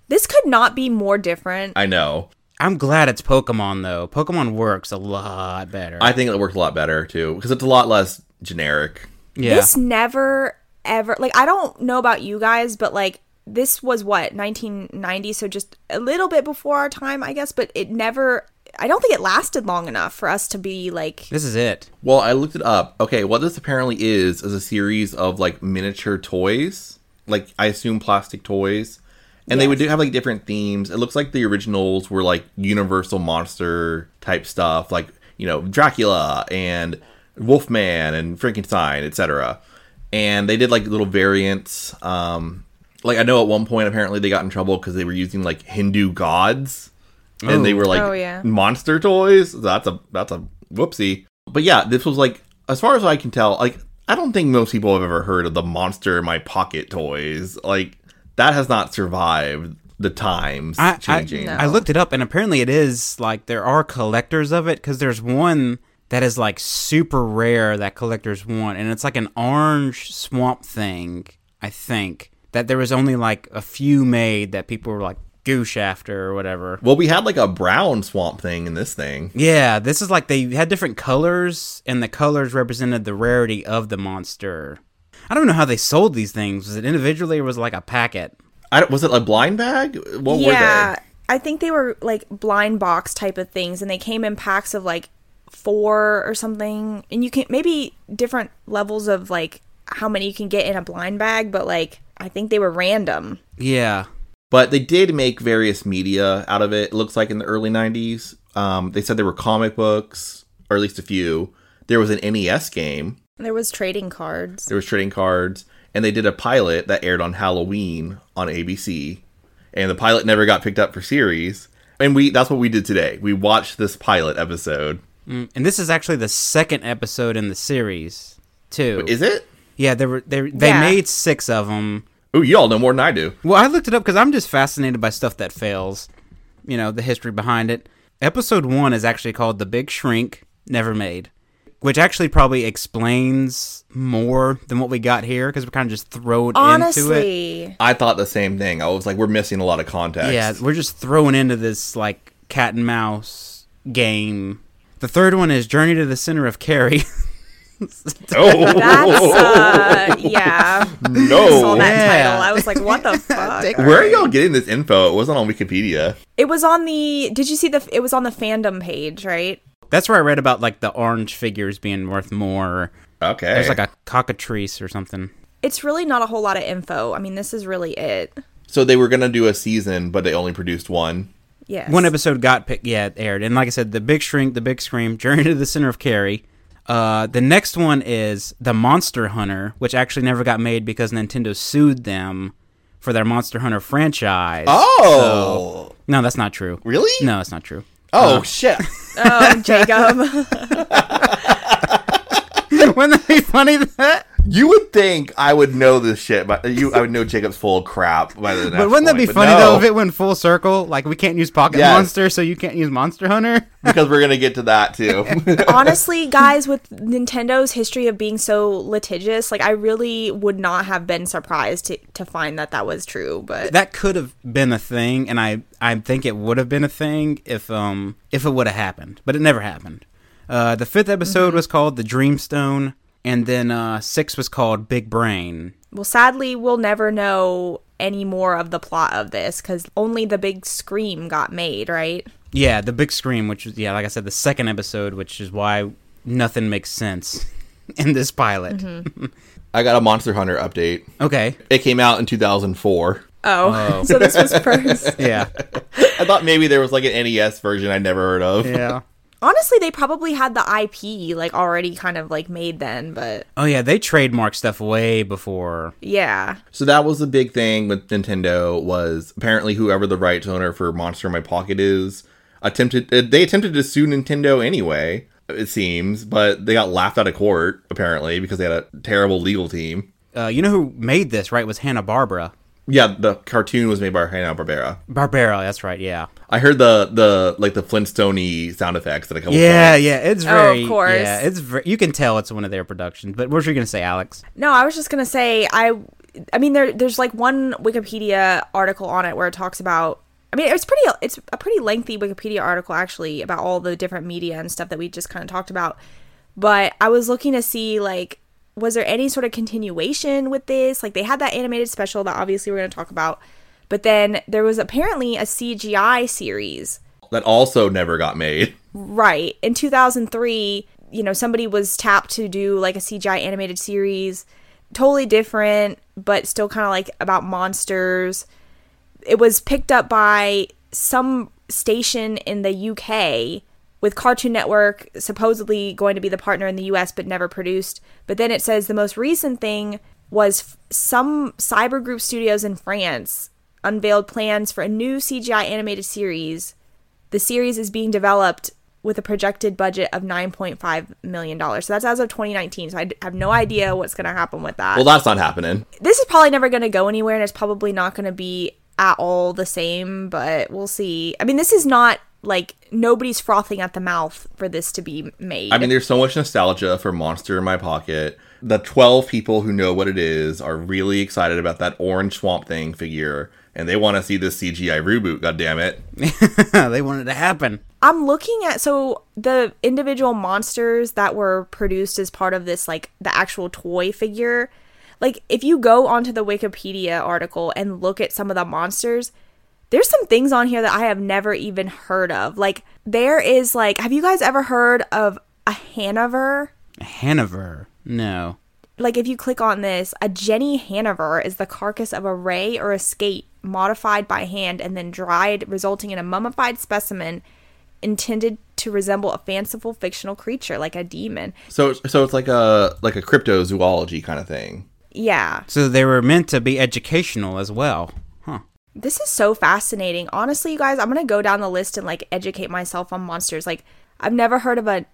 Speaker 6: This could not be more different.
Speaker 5: I know.
Speaker 4: I'm glad it's Pokemon though. Pokemon works a lot better.
Speaker 5: I think it worked a lot better too because it's a lot less generic.
Speaker 4: yeah,
Speaker 6: This never ever like I don't know about you guys, but like this was what 1990, so just a little bit before our time, I guess. But it never. I don't think it lasted long enough for us to be like.
Speaker 4: this is it.
Speaker 5: Well, I looked it up. Okay, what this apparently is is a series of like miniature toys, like I assume plastic toys, and they would do have like different themes. It looks like the originals were like universal monster type stuff, like you know Dracula and Wolfman and Frankenstein, etc. And they did like little variants. Um, like I know at one point apparently they got in trouble because they were using like Hindu gods and they were like
Speaker 6: Oh, yeah.
Speaker 5: monster toys. That's a that's a whoopsie. But yeah, this was like as far as I can tell, like I don't think most people have ever heard of the monster in my pocket toys. Like that has not survived the times
Speaker 4: I, I,
Speaker 5: changing.
Speaker 4: I looked it up, and apparently it is like there are collectors of it because there's one that is like super rare that collectors want, and it's like an orange swamp thing. I think that there was only like a few made that people were like goosh after or whatever.
Speaker 5: Well, we had like a brown swamp thing in this thing.
Speaker 4: Yeah, this is like they had different colors, and the colors represented the rarity of the monster. I don't know how they sold these things. Was it individually or was it like a packet?
Speaker 5: I don't, was it a blind bag? What were
Speaker 6: yeah,
Speaker 5: they?
Speaker 6: I think they were like blind box type of things, and they came in packs of like four or something. And you can maybe different levels of like how many you can get in a blind bag, but like I think they were random.
Speaker 4: Yeah.
Speaker 5: But they did make various media out of it. it looks like in the early '90s, um, they said there were comic books, or at least a few. There was an NES game.
Speaker 6: There was trading cards.
Speaker 5: There was trading cards, and they did a pilot that aired on Halloween on ABC, and the pilot never got picked up for series. And we that's what we did today. We watched this pilot episode.
Speaker 4: And this is actually the second episode in the series, too.
Speaker 5: Is it?
Speaker 4: yeah, there were there, they
Speaker 6: Yeah.
Speaker 4: made six of them.
Speaker 5: Oh, you all know more than I do.
Speaker 4: Well, I looked it up because I'm just fascinated by stuff that fails. You know, the history behind it. Episode one is actually called The Big Shrink Never Made, which actually probably explains more than what we got here because we're kind of just thrown into it.
Speaker 6: Honestly,
Speaker 5: I thought the same thing. I was like, we're missing a lot of context.
Speaker 4: Yeah, we're just thrown into this like cat and mouse game. The third one is Journey to the Center of Carrie.
Speaker 6: that's uh, yeah. I saw
Speaker 5: no.
Speaker 6: that
Speaker 4: Yeah.
Speaker 6: title. I was like, what the fuck?
Speaker 5: Where are y'all getting this info? It wasn't on Wikipedia.
Speaker 6: it was on the. Did you see the? It was on the fandom page, right?
Speaker 4: That's where I read about like the orange figures being worth more.
Speaker 5: Okay.
Speaker 4: There's like a cockatrice or something.
Speaker 6: It's really not a whole lot of info. I mean, this is really it.
Speaker 5: so they were gonna do a season, but they only produced one.
Speaker 6: Yes.
Speaker 4: One episode got picked, yeah, it aired. And like I said, the big shrink, the big scream, Journey to the Center of Carrie. Uh, the next one is the Monster Hunter, which actually never got made because Nintendo sued them for their Monster Hunter franchise.
Speaker 5: Oh.
Speaker 4: So- no, that's not true.
Speaker 5: Really?
Speaker 4: No, Uh-huh. that's not true.
Speaker 5: Oh shit.
Speaker 6: Oh, Jacob.
Speaker 4: Wouldn't that be funny? That
Speaker 5: You would think I would know this shit, but you, I would know Jacob's full of crap by the next.
Speaker 4: but wouldn't that be
Speaker 5: point, but
Speaker 4: funny
Speaker 5: no,
Speaker 4: though if it went full circle? Like we can't use Pocket
Speaker 5: Yes.
Speaker 4: Monster, so you can't use Monster Hunter.
Speaker 5: because we're gonna get to that too.
Speaker 6: Honestly, guys, with Nintendo's history of being so litigious, like I really would not have been surprised to, to find that that was true. But
Speaker 4: that could have been a thing, and I I think it would have been a thing if um if it would have happened, but it never happened. Uh, the fifth episode was called the Dreamstone, and then uh, six was called Big Brain.
Speaker 6: well, sadly, we'll never know any more of the plot of this because only the big scream got made, right?
Speaker 4: Yeah, the Big Scream, which was yeah, like I said, the second episode, which is why nothing makes sense in this pilot.
Speaker 5: I got a Monster Hunter update.
Speaker 4: Okay,
Speaker 5: It came out in 2004.
Speaker 6: Oh, so this was first.
Speaker 4: yeah,
Speaker 5: I thought maybe there was like an NES version I never heard of.
Speaker 4: yeah.
Speaker 6: Honestly, they probably had the IP like already kind of like made then, but
Speaker 4: Oh yeah, they trademark stuff way before.
Speaker 6: yeah.
Speaker 5: So that was the big thing with Nintendo was apparently whoever the rights owner for Monster in My Pocket is attempted uh, they attempted to sue Nintendo anyway. It seems, but they got laughed out of court apparently because they had a terrible legal team.
Speaker 4: Uh, you know who made this? Right, was Hanna Barbera.
Speaker 5: Yeah, the cartoon was made by Hanna Barbera.
Speaker 4: Barbera, that's right. Yeah.
Speaker 5: I heard the the like the Flintstone sound effects that a couple.
Speaker 4: Yeah,
Speaker 5: times.
Speaker 4: yeah, it's
Speaker 6: oh, of
Speaker 4: very.
Speaker 6: course.
Speaker 4: Yeah, it's ver- you can tell it's one of their productions. But what were you gonna say, Alex?
Speaker 6: No, I was just gonna say I. I mean, there there's like one Wikipedia article on it where it talks about. I mean, it's pretty. It's a pretty lengthy Wikipedia article actually about all the different media and stuff that we just kind of talked about. But I was looking to see like, was there any sort of continuation with this? Like, they had that animated special that obviously we're gonna talk about, but then there was apparently a CGI series
Speaker 5: that also never got made.
Speaker 6: Right. In 2003, you know, somebody was tapped to do like a CGI animated series, totally different, but still kind of like about monsters. It was picked up by some station in the UK with Cartoon Network supposedly going to be the partner in the US but never produced. But then it says the most recent thing was f- some cyber group studios in France unveiled plans for a new CGI animated series the series is being developed with a projected budget of 9.5 million dollars. So that's as of 2019. So I d- have no idea what's going to happen with that.
Speaker 5: Well, that's not happening.
Speaker 6: this is probably never going to go anywhere and it's probably not going to be at all the same, but we'll see. I mean, this is not like nobody's frothing at the mouth for this to be made.
Speaker 5: I mean, there's so much nostalgia for Monster in My Pocket. The 12 people who know what it is are really excited about that orange Swamp Thing figure, and they want to see this CGI reboot, goddammit.
Speaker 4: they wanted to happen.
Speaker 6: I'm looking at so the individual monsters that were produced as part of this like the actual toy figure. Like if you go onto the Wikipedia article and look at some of the monsters, there's some things on here that I have never even heard of. Like there is like have you guys ever heard of a Hanover?
Speaker 4: Hanover. No.
Speaker 6: like if you click on this, a Jenny Hanover is the carcass of a ray or a skate modified by hand and then dried, resulting in a mummified specimen intended to resemble a fanciful fictional creature like a demon.
Speaker 5: So, so it's like a like a cryptozoology kind of thing.
Speaker 6: Yeah.
Speaker 4: So they were meant to be educational as well. Huh.
Speaker 6: This is so fascinating. Honestly, you guys, I'm going to go down the list and like educate myself on monsters. Like I've never heard of a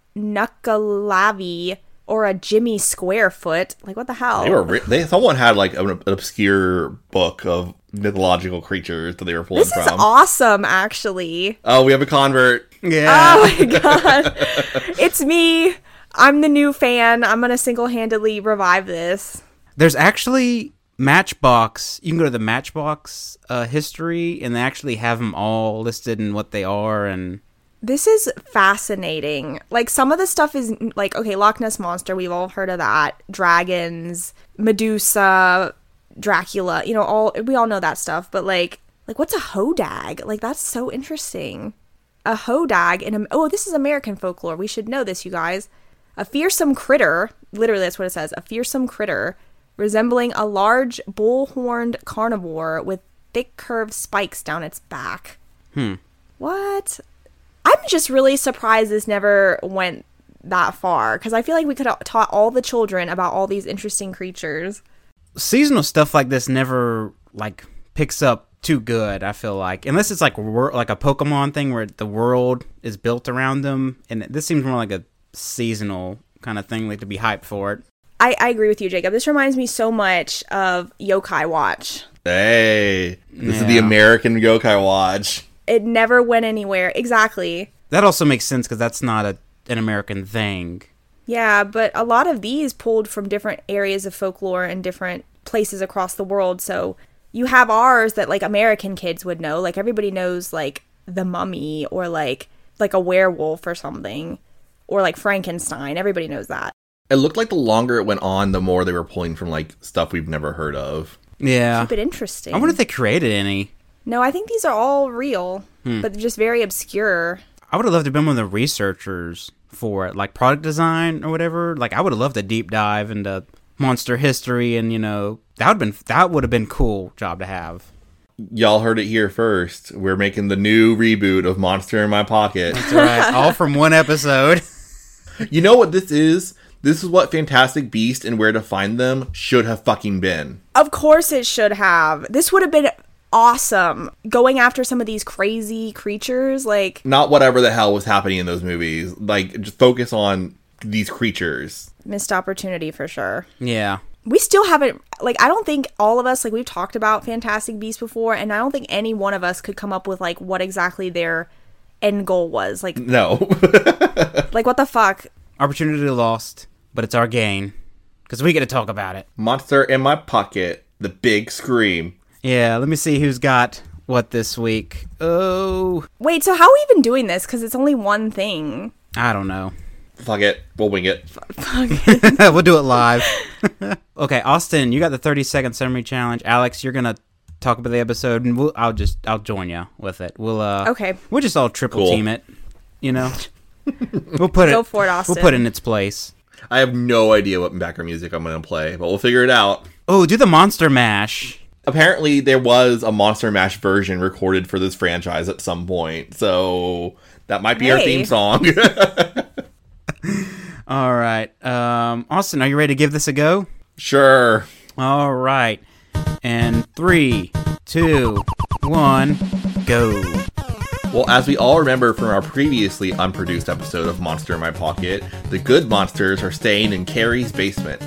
Speaker 6: Nuckalavi or a Jimmy Squarefoot. Like what the hell?
Speaker 5: They were re- they someone had like an, an obscure book of mythological creatures that they were pulling
Speaker 6: this
Speaker 5: from.
Speaker 6: is awesome actually.
Speaker 5: oh, we have a convert.
Speaker 4: Yeah.
Speaker 6: Oh my god. it's me. I'm the new fan. I'm going to single handedly revive this.
Speaker 4: There's actually Matchbox. You can go to the Matchbox uh, history, and they actually have them all listed and what they are. And
Speaker 6: This is fascinating. Like, some of the stuff is like, okay, Loch Ness Monster, we've all heard of that. Dragons, Medusa, Dracula, you know, all, we all know that stuff. But like, like what's a hodag? Like, that's so interesting. A hodag in, Am- oh, this is American folklore. We should know this, you guys. A fearsome critter, literally that's what it says, a fearsome critter resembling a large bull-horned carnivore with thick curved spikes down its back. Hmm. What? I'm just really surprised this never went that far because I feel like we could have taught all the children about all these interesting creatures.
Speaker 4: seasonal stuff like this never like picks up too good. I feel like unless it's like wor- like a Pokemon thing where the world is built around them, and this seems more like a seasonal kind of thing, like to be hyped for it.
Speaker 6: I, I agree with you, Jacob. This reminds me so much of Yokai Watch.
Speaker 5: Hey, this is the
Speaker 4: Yeah.
Speaker 5: American Yokai Watch.
Speaker 6: It never went anywhere. Exactly.
Speaker 4: That also makes sense because that's not a an American thing.
Speaker 6: Yeah, but a lot of these pulled from different areas of folklore and different places across the world. So you have ours that like American kids would know. Like everybody knows like the mummy or like like a werewolf or something or like Frankenstein. Everybody knows that.
Speaker 5: It looked like the longer it went on, the more they were pulling from like stuff we've never heard of.
Speaker 4: Yeah.
Speaker 6: But interesting.
Speaker 4: Uh, I wonder if they created any.
Speaker 6: No, I think these are all real,
Speaker 4: Hmm.
Speaker 6: but just very obscure.
Speaker 4: I would have loved to have been one of the researchers for it, like product design or whatever. Like I would have loved a deep dive into monster history, and you know that would have been that would have been cool job to have.
Speaker 5: Y'all heard it here first. We're making the new reboot of Monster in My Pocket.
Speaker 4: That's right, all from one episode.
Speaker 5: you know what this is? This is what Fantastic Beast and Where to Find Them should have fucking been.
Speaker 6: Of course, it should have. This would have been awesome going after some of these crazy creatures. Like,
Speaker 5: Not whatever the hell was happening in those movies. Like, just focus on these creatures.
Speaker 6: missed opportunity for sure.
Speaker 4: Yeah,
Speaker 6: We still haven't, like, I don't think all of us, like, we've talked about Fantastic Beasts before, and I don't think any one of us could come up with, like, what exactly their end goal
Speaker 4: Mm.
Speaker 6: was. Like,
Speaker 5: No.
Speaker 6: like what the fuck?
Speaker 4: opportunity lost, but it's our gain because we get to talk about it.
Speaker 5: Monster in My Pocket. The Big Scream.
Speaker 4: Yeah, let me see who's got what this week. Oh,
Speaker 6: Wait, so how are we even doing this? Because it's only one thing.
Speaker 4: I don't know.
Speaker 5: Fuck it. We'll wing it.
Speaker 4: we'll do it live. okay, Austin, you got the 30 second summary challenge. Alex, you're going to talk about the episode and we'll, I'll just I'll join you with it. We'll uh
Speaker 6: Okay.
Speaker 4: We'll just all triple
Speaker 5: Cool.
Speaker 4: team it, you know. we'll put
Speaker 6: Go
Speaker 4: it
Speaker 6: for it, Austin.
Speaker 4: We'll put it in its place.
Speaker 5: I have no idea what background music I'm going to play, but we'll figure it out.
Speaker 4: Oh, do the monster mash.
Speaker 5: apparently there was a Monster Mash version recorded for this franchise at some point, so that might be our
Speaker 6: Hey.
Speaker 5: theme song.
Speaker 4: All right. Um Austin, are you ready to give this a go?
Speaker 5: sure.
Speaker 4: All right. And three, two, one, go.
Speaker 5: Well, as we all remember from our previously unproduced episode of Monster in My Pocket, the good monsters are staying in Carrie's basement,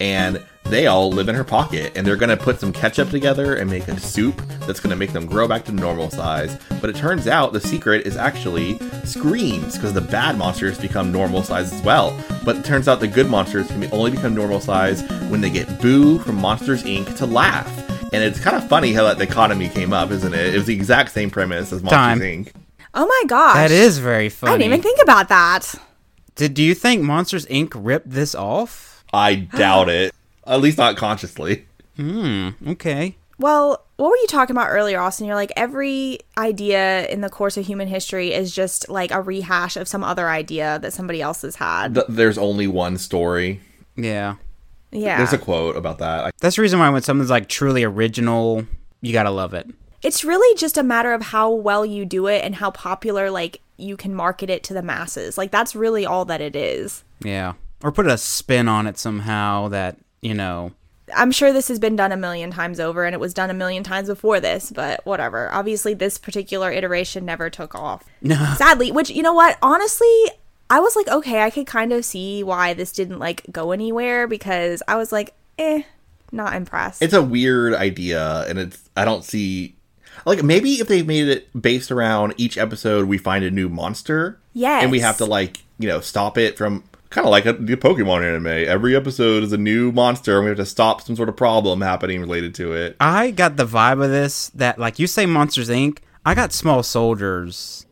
Speaker 5: and They all live in her pocket, and they're gonna put some ketchup together and make a soup that's gonna make them grow back to normal size. But it turns out the secret is actually screams, because the bad monsters become normal size as well. But it turns out the good monsters can be- only become normal size when they get Boo from Monsters Inc. to laugh. And it's kind of funny how that dichotomy came up, isn't it? It was the exact same premise as Monsters
Speaker 4: Time.
Speaker 5: Inc.
Speaker 6: Oh my gosh.
Speaker 4: That is very funny.
Speaker 6: I didn't even think about that.
Speaker 4: Did do you think Monsters Inc. ripped this off?
Speaker 5: I doubt it. At least not consciously.
Speaker 4: Okay.
Speaker 6: Well, what were you talking about earlier, Austin? You're like every idea in the course of human history is just like a rehash of some other idea that somebody else has had.
Speaker 5: Th- there's only one story.
Speaker 4: Yeah.
Speaker 6: yeah.
Speaker 5: There's a quote about that. I-
Speaker 4: That's the reason why when something's like truly original, you gotta love it.
Speaker 6: it's really just a matter of how well you do it and how popular like you can market it to the masses. Like that's really all that it is.
Speaker 4: Yeah. Or put a spin on it somehow that, you know,
Speaker 6: I'm sure this has been done a million times over and it was done a million times before this, but whatever. Obviously, this particular iteration never took off. No. Sadly, which you know what? Honestly, I was like, okay, I could kind of see why this didn't like go anywhere because I was like, eh, not impressed.
Speaker 5: it's a weird idea, and it's I don't see like maybe if they made it based around each episode, we find a new monster.
Speaker 6: Yes.
Speaker 5: and we have to like you know stop it from kind of like a, the Pokemon anime. Every episode is a new monster, and we have to stop some sort of problem happening related to it.
Speaker 4: I got the vibe of this that like you say Monsters Inc. I got Small Soldiers.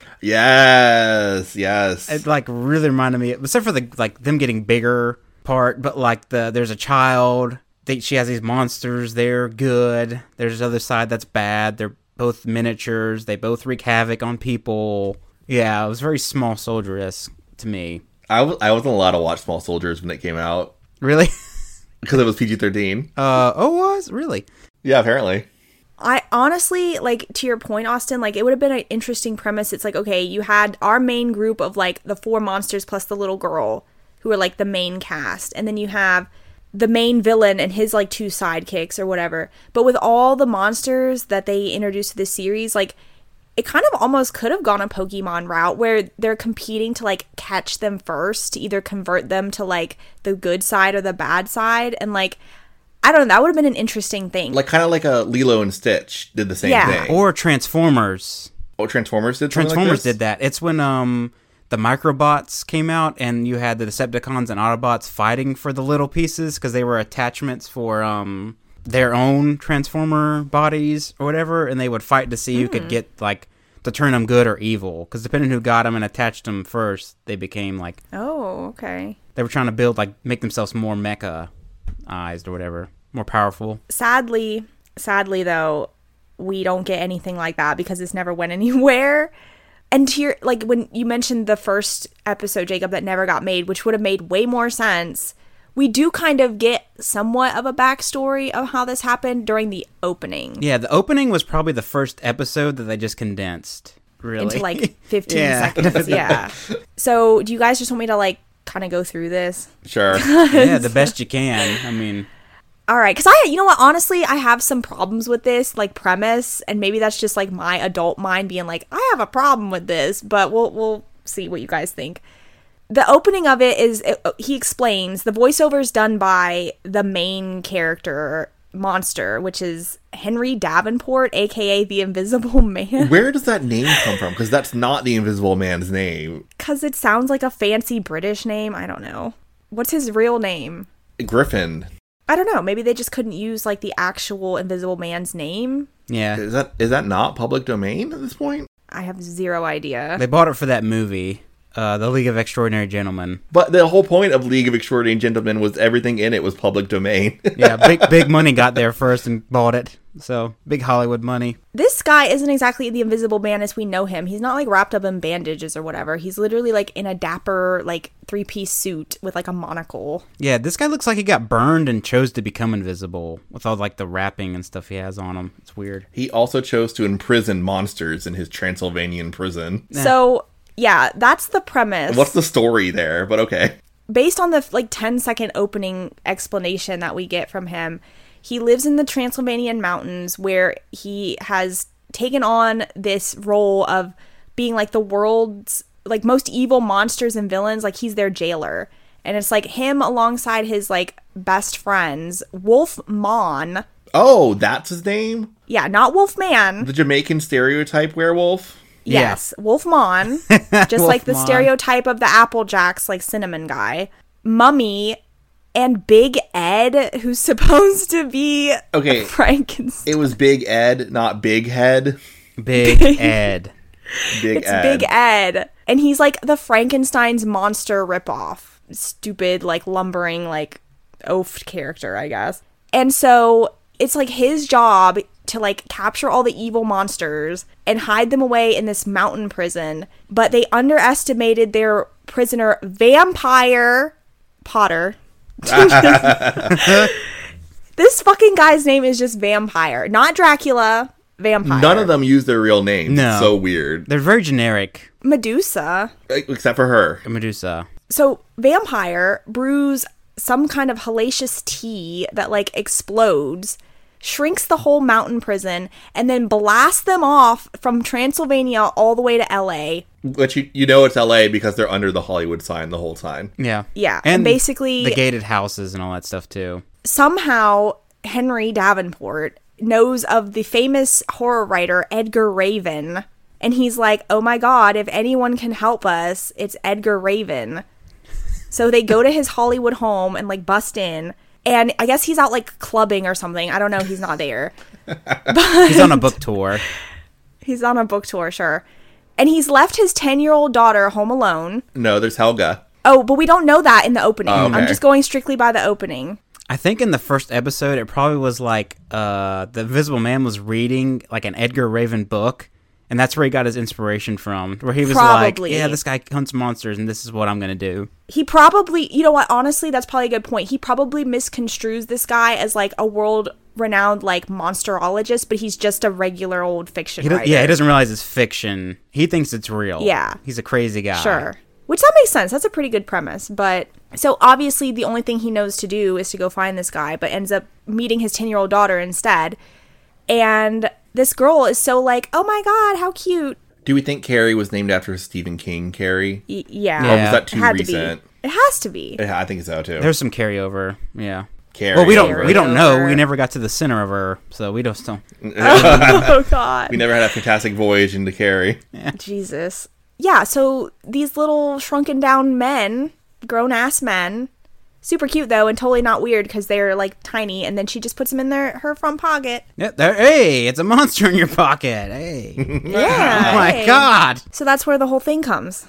Speaker 5: Yes, yes.
Speaker 4: It like really reminded me, except for the like them getting bigger part. But like the there's a child. They, she has these monsters. They're good. There's the other side that's bad. They're both miniatures. They both wreak havoc on people. Yeah, it was very Small Soldier esque to me.
Speaker 5: I was I wasn't allowed to watch Small Soldiers when it came out
Speaker 4: Really?
Speaker 5: because it was PG thirteen.
Speaker 4: Uh, oh, was really?
Speaker 5: yeah, apparently.
Speaker 6: I honestly like to your point, Austin. Like, it would have been an interesting premise. It's like, okay, you had our main group of like the four monsters plus the little girl who are like the main cast, and then you have the main villain and his like two sidekicks or whatever. But with all the monsters that they introduced to this series, like, it kind of almost could have gone a Pokemon route where they're competing to like catch them first to either convert them to like the good side or the bad side, and like. I don't know. That would have been an interesting thing.
Speaker 5: like kind of like a Lilo and Stitch did the same
Speaker 6: Yeah.
Speaker 5: thing.
Speaker 4: Or Transformers.
Speaker 5: oh, Transformers did something
Speaker 4: Transformers
Speaker 5: like this?
Speaker 4: did that. It's when um the Microbots came out and you had the Decepticons and Autobots fighting for the little pieces because they were attachments for um their own Transformer bodies or whatever, and they would fight to see who
Speaker 5: Hmm.
Speaker 4: could get like to turn them good or evil because depending who got them and attached them first, they became like
Speaker 6: Oh, okay.
Speaker 4: they were trying to build like make themselves more mecha eyes or whatever, more powerful.
Speaker 6: Sadly, sadly though, we don't get anything like that because this never went anywhere. And to your like when you mentioned the first episode, Jacob, that never got made, which would have made way more sense. We do kind of get somewhat of a backstory of how this happened during the opening
Speaker 4: Yeah, the opening was probably the first episode that they just condensed. Really,
Speaker 6: into like 15
Speaker 4: Yeah.
Speaker 6: seconds. Yeah. So, do you guys just want me to like kind of go through this?
Speaker 5: Sure.
Speaker 4: yeah, the best you can. I mean,
Speaker 6: All right, because I, you know what, honestly, I have some problems with this like premise, and maybe that's just like my adult mind being like, I have a problem with this, but we'll we'll see what you guys think. The opening of it is it, he explains the voiceover is done by the main character monster, which is Henry Davenport, aka the Invisible Man,
Speaker 5: Where does that name come from? Because that's not the Invisible Man's name.
Speaker 6: because it sounds like a fancy British name. I don't know what's his real name.
Speaker 5: Griffin.
Speaker 6: I don't know. Maybe they just couldn't use like the actual Invisible Man's name.
Speaker 4: yeah,
Speaker 5: Is that is that not public domain at this point?
Speaker 6: I have zero idea.
Speaker 4: they bought it for that movie, uh, The League of Extraordinary Gentlemen.
Speaker 5: But the whole point of League of Extraordinary Gentlemen was everything in it was public domain.
Speaker 4: Yeah, big big money got there first and bought it. So big Hollywood money.
Speaker 6: This guy isn't exactly the invisible man as we know him. He's not like wrapped up in bandages or whatever. He's literally like in a dapper, like three piece suit with like a monocle.
Speaker 4: Yeah, this guy looks like he got burned and chose to become invisible with all like the wrapping and stuff he has on him. It's weird.
Speaker 5: he also chose to imprison monsters in his Transylvanian prison.
Speaker 6: So, yeah, that's the premise.
Speaker 5: What's the story there? But okay.
Speaker 6: based on the like 10 second opening explanation that we get from him, he lives in the Transylvanian mountains where he has taken on this role of being like the world's like most evil monsters and villains, like he's their jailer. And it's like him alongside his like best friends, Wolf Mon.
Speaker 5: Oh, that's his name?
Speaker 6: Yeah, not Wolf Man.
Speaker 5: The Jamaican stereotype werewolf?
Speaker 4: Yeah.
Speaker 6: Yes, Wolf Mon, just like the
Speaker 4: Mon.
Speaker 6: stereotype of the Apple Jacks, like cinnamon guy, Mummy, and Big Ed, who's supposed to be
Speaker 5: Okay.
Speaker 6: Frankenstein.
Speaker 5: It was Big Ed, not Big Head.
Speaker 4: Big Ed.
Speaker 5: Big
Speaker 6: It's
Speaker 5: Ed.
Speaker 6: Big Ed, and he's like the Frankenstein's monster ripoff, stupid, like lumbering, like oafed character, I guess. And so it's like his job to like capture all the evil monsters and hide them away in this mountain prison, but they underestimated their prisoner vampire Potter. this fucking guy's name is just vampire, not Dracula. Vampire.
Speaker 5: None of them use their real names.
Speaker 4: No.
Speaker 5: It's so weird.
Speaker 4: They're very generic.
Speaker 6: Medusa.
Speaker 5: Except for her.
Speaker 4: Medusa.
Speaker 6: so vampire brews some kind of hellacious tea that like explodes shrinks the whole mountain prison and then blasts them off from transylvania all the way to la
Speaker 5: Which you, you know it's LA because they're under the Hollywood sign the whole time.
Speaker 4: Yeah.
Speaker 6: Yeah, and basically-
Speaker 4: the gated houses and all that stuff too.
Speaker 6: somehow henry davenport knows of the famous horror writer edgar raven and he's like oh my god if anyone can help us it's edgar raven So they go to his Hollywood home and like bust in. And I guess he's out like clubbing or something. I don't know. He's not there.
Speaker 4: He's on a book tour.
Speaker 6: He's on a book tour, sure. And he's left his 10 year old daughter home alone.
Speaker 5: No, there's Helga.
Speaker 6: Oh, but we don't know that in the opening.
Speaker 5: Oh, okay.
Speaker 6: I'm just going strictly by the opening.
Speaker 4: I think in the first episode, it probably was like uh, the Invisible Man was reading like an Edgar Raven book, and that's where he got his inspiration from. Where he was
Speaker 6: Probably.
Speaker 4: like, "Yeah, this guy hunts monsters, and this is what I'm gonna do."
Speaker 6: He probably, you know what? Honestly, that's probably a good point. He probably misconstrues this guy as like a world renowned like monsterologist, but he's just a regular old fiction
Speaker 4: He do-
Speaker 6: writer.
Speaker 4: yeah, he doesn't realize it's fiction. He thinks it's real.
Speaker 6: Yeah.
Speaker 4: he's a crazy guy.
Speaker 6: Sure. Which that makes sense. That's a pretty good premise. But so obviously the only thing he knows to do is to go find this guy, but ends up meeting his 10 year old daughter instead. And this girl is so like, oh my God, how cute.
Speaker 5: Do we think Carrie was named after Stephen King Carrie?
Speaker 6: Y- yeah.
Speaker 5: Or
Speaker 4: Yeah.
Speaker 5: was that
Speaker 6: It
Speaker 5: too
Speaker 6: had
Speaker 5: recent?
Speaker 6: to be. It has to be.
Speaker 5: Yeah, I think so too.
Speaker 4: There's some carryover. Yeah.
Speaker 5: Carrie.
Speaker 4: Well, we don't we
Speaker 5: over.
Speaker 4: don't know.
Speaker 6: Carryover.
Speaker 4: We never got to the center of her, so we just don't.
Speaker 6: oh God.
Speaker 5: We never had a fantastic voyage into Carrie.
Speaker 6: Jesus. Yeah. So these little shrunken down men, grown ass men, super cute though, and totally not weird because they're like tiny. And then she just puts them in their her front pocket.
Speaker 4: Yeah, there, hey, it's a monster in your pocket. Hey,
Speaker 6: Yeah.
Speaker 4: oh my
Speaker 6: hey.
Speaker 4: god.
Speaker 6: So that's where the whole thing comes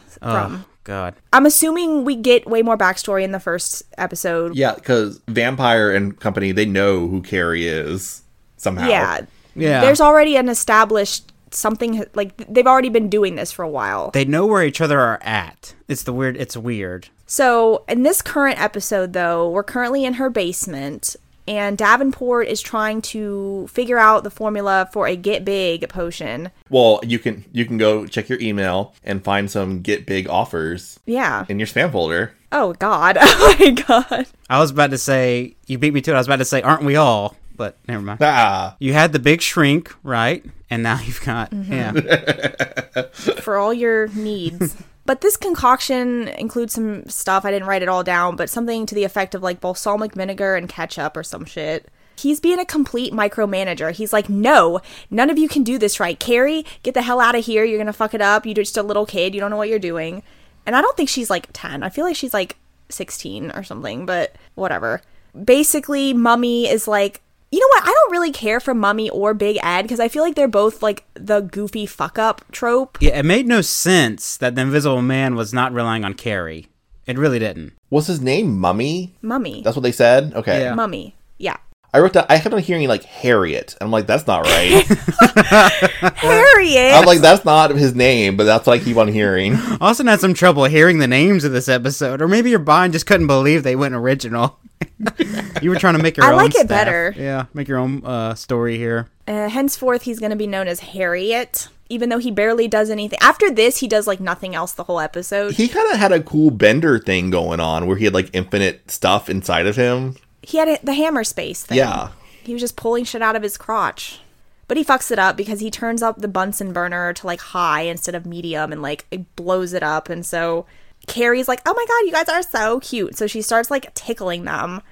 Speaker 4: Oh
Speaker 6: from.
Speaker 4: god.
Speaker 6: I'm assuming we get way more backstory in the first episode.
Speaker 5: Yeah, because Vampire and company, they know who Carrie is somehow.
Speaker 6: Yeah.
Speaker 4: Yeah.
Speaker 6: There's already an established something like they've already been doing this for a while.
Speaker 4: they know where each other are at. It's the weird. It's weird.
Speaker 6: So, in this current episode, though, we're currently in her basement, and Davenport is trying to figure out the formula for a get big potion.
Speaker 5: Well, you can you can go check your email and find some get big offers
Speaker 6: Yeah.
Speaker 5: in your spam folder.
Speaker 6: Oh, God. Oh, my God.
Speaker 4: I was about to say you beat me to it. I was about to say aren't we all? But never mind.
Speaker 5: Ah,
Speaker 4: You had the big shrink, right? And now you've got
Speaker 6: Mm-hmm.
Speaker 4: yeah.
Speaker 6: for all your needs. but this concoction includes some stuff I didn't write it all down, but something to the effect of like balsamic vinegar and ketchup or some shit. He's being a complete micromanager. He's like, no, none of you can do this right. Carrie, get the hell out of here. You're gonna fuck it up. You're just a little kid. You don't know what you're doing. And I don't think she's like 10. I feel like she's like 16 or something, but whatever. Basically, Mummy is like, you know what? I don't really care for Mummy or Big Ed because I feel like they're both like the goofy fuck up trope.
Speaker 4: yeah. It made no sense that the Invisible Man was not relying on Carrie. It really didn't.
Speaker 5: what's his name? Mummy.
Speaker 6: Mummy.
Speaker 5: That's what they said. Okay,
Speaker 4: Yeah.
Speaker 6: Mummy. Yeah.
Speaker 5: I wrote that. I kept on hearing like Harriet. I'm like, that's not right. Uh,
Speaker 6: Harriet.
Speaker 5: I'm like, that's not his name, but that's what I keep on hearing.
Speaker 4: Austin had some trouble hearing the names of this episode, or maybe your mind just couldn't believe they went original. you were trying to make your
Speaker 6: I
Speaker 4: own.
Speaker 6: like it
Speaker 4: stuff.
Speaker 6: better.
Speaker 4: Yeah, make your own uh, story here.
Speaker 6: Uh, henceforth, he's going to be known as Harriet, even though he barely does anything. After this, he does like nothing else the whole episode.
Speaker 5: He kind of had a cool Bender thing going on where he had like infinite stuff inside of him.
Speaker 6: He had a, the hammer space thing.
Speaker 5: Yeah.
Speaker 6: He was just pulling shit out of his crotch. But he fucks it up because he turns up the Bunsen burner to like high instead of medium and like it blows it up. And so Carrie's like, "Oh my god, you guys are so cute." So she starts like tickling them.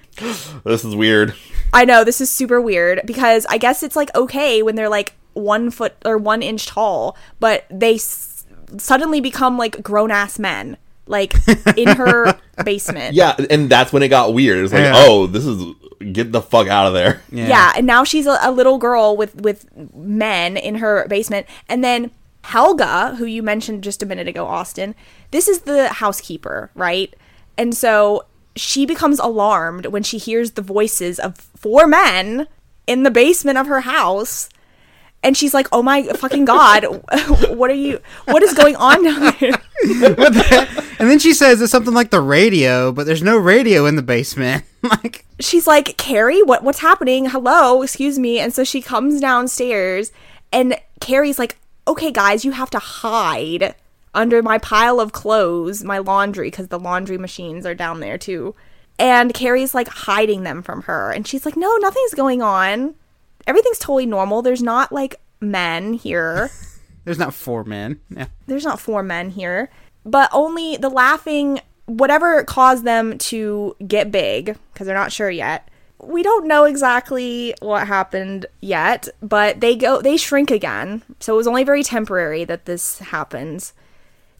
Speaker 5: This is weird.
Speaker 6: I know this is super weird because I guess it's like okay when they're like 1 foot or 1 inch tall, but they s- suddenly become like grown-ass men like in her basement.
Speaker 5: Yeah, and that's when it got weird. It's like,
Speaker 4: Yeah.
Speaker 5: oh, this is get the fuck out of there.
Speaker 6: Yeah. and now she's a, a little girl with with men in her basement, and then Helga, who you mentioned just a minute ago, Austin. This is the housekeeper, right? And so she becomes alarmed when she hears the voices of four men in the basement of her house. And she's like, "Oh my fucking god! What are you? What is going on down there?"
Speaker 4: What the heck? and then she says it's something like the radio, but there's no radio in the basement. like,
Speaker 6: she's like, Carrie, what what's happening? Hello, excuse me. And so she comes downstairs and Carrie's like, Okay, guys, you have to hide under my pile of clothes, my laundry, because the laundry machines are down there too. And Carrie's like hiding them from her. And she's like, No, nothing's going on. Everything's totally normal. There's not like men here.
Speaker 4: there's not four men. Yeah.
Speaker 6: there's not four men here, but only the laughing, whatever caused them to get big, because they're not sure yet. We don't know exactly what happened yet, but they go, they shrink again. So it was only very temporary that this happens.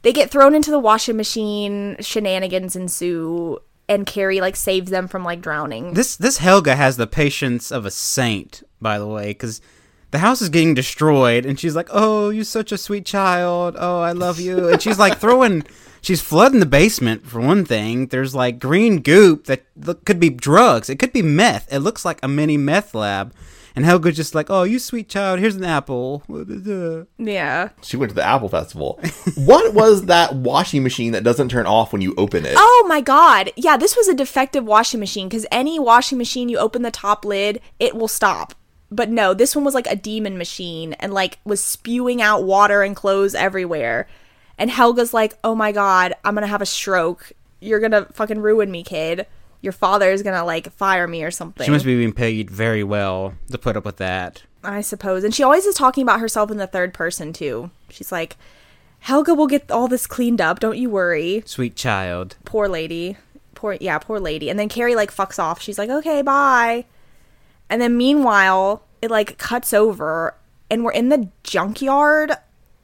Speaker 6: They get thrown into the washing machine, shenanigans ensue, and Carrie like saves them from like drowning.
Speaker 4: This this Helga has the patience of a saint, by the way, because the house is getting destroyed, and she's like, "Oh, you're such a sweet child. Oh, I love you." And she's like throwing, she's flooding the basement for one thing. There's like green goop that look, could be drugs. It could be meth. It looks like a mini meth lab. And Helga's just like, "Oh, you sweet child. Here's an apple."
Speaker 6: Yeah.
Speaker 5: She went to the Apple Festival. what was that washing machine that doesn't turn off when you open it?
Speaker 6: Oh my god. Yeah, this was a defective washing machine because any washing machine you open the top lid, it will stop. But no, this one was like a demon machine and like was spewing out water and clothes everywhere. And Helga's like, "Oh my god, I'm going to have a stroke. You're going to fucking ruin me, kid. Your father is going to like fire me or something."
Speaker 4: She must be being paid very well to put up with that.
Speaker 6: I suppose. And she always is talking about herself in the third person too. She's like, "Helga will get all this cleaned up. Don't you worry."
Speaker 4: Sweet child.
Speaker 6: poor lady poor yeah poor lady and then carrie like fucks off she's like okay bye and then meanwhile it like cuts over and we're in the junkyard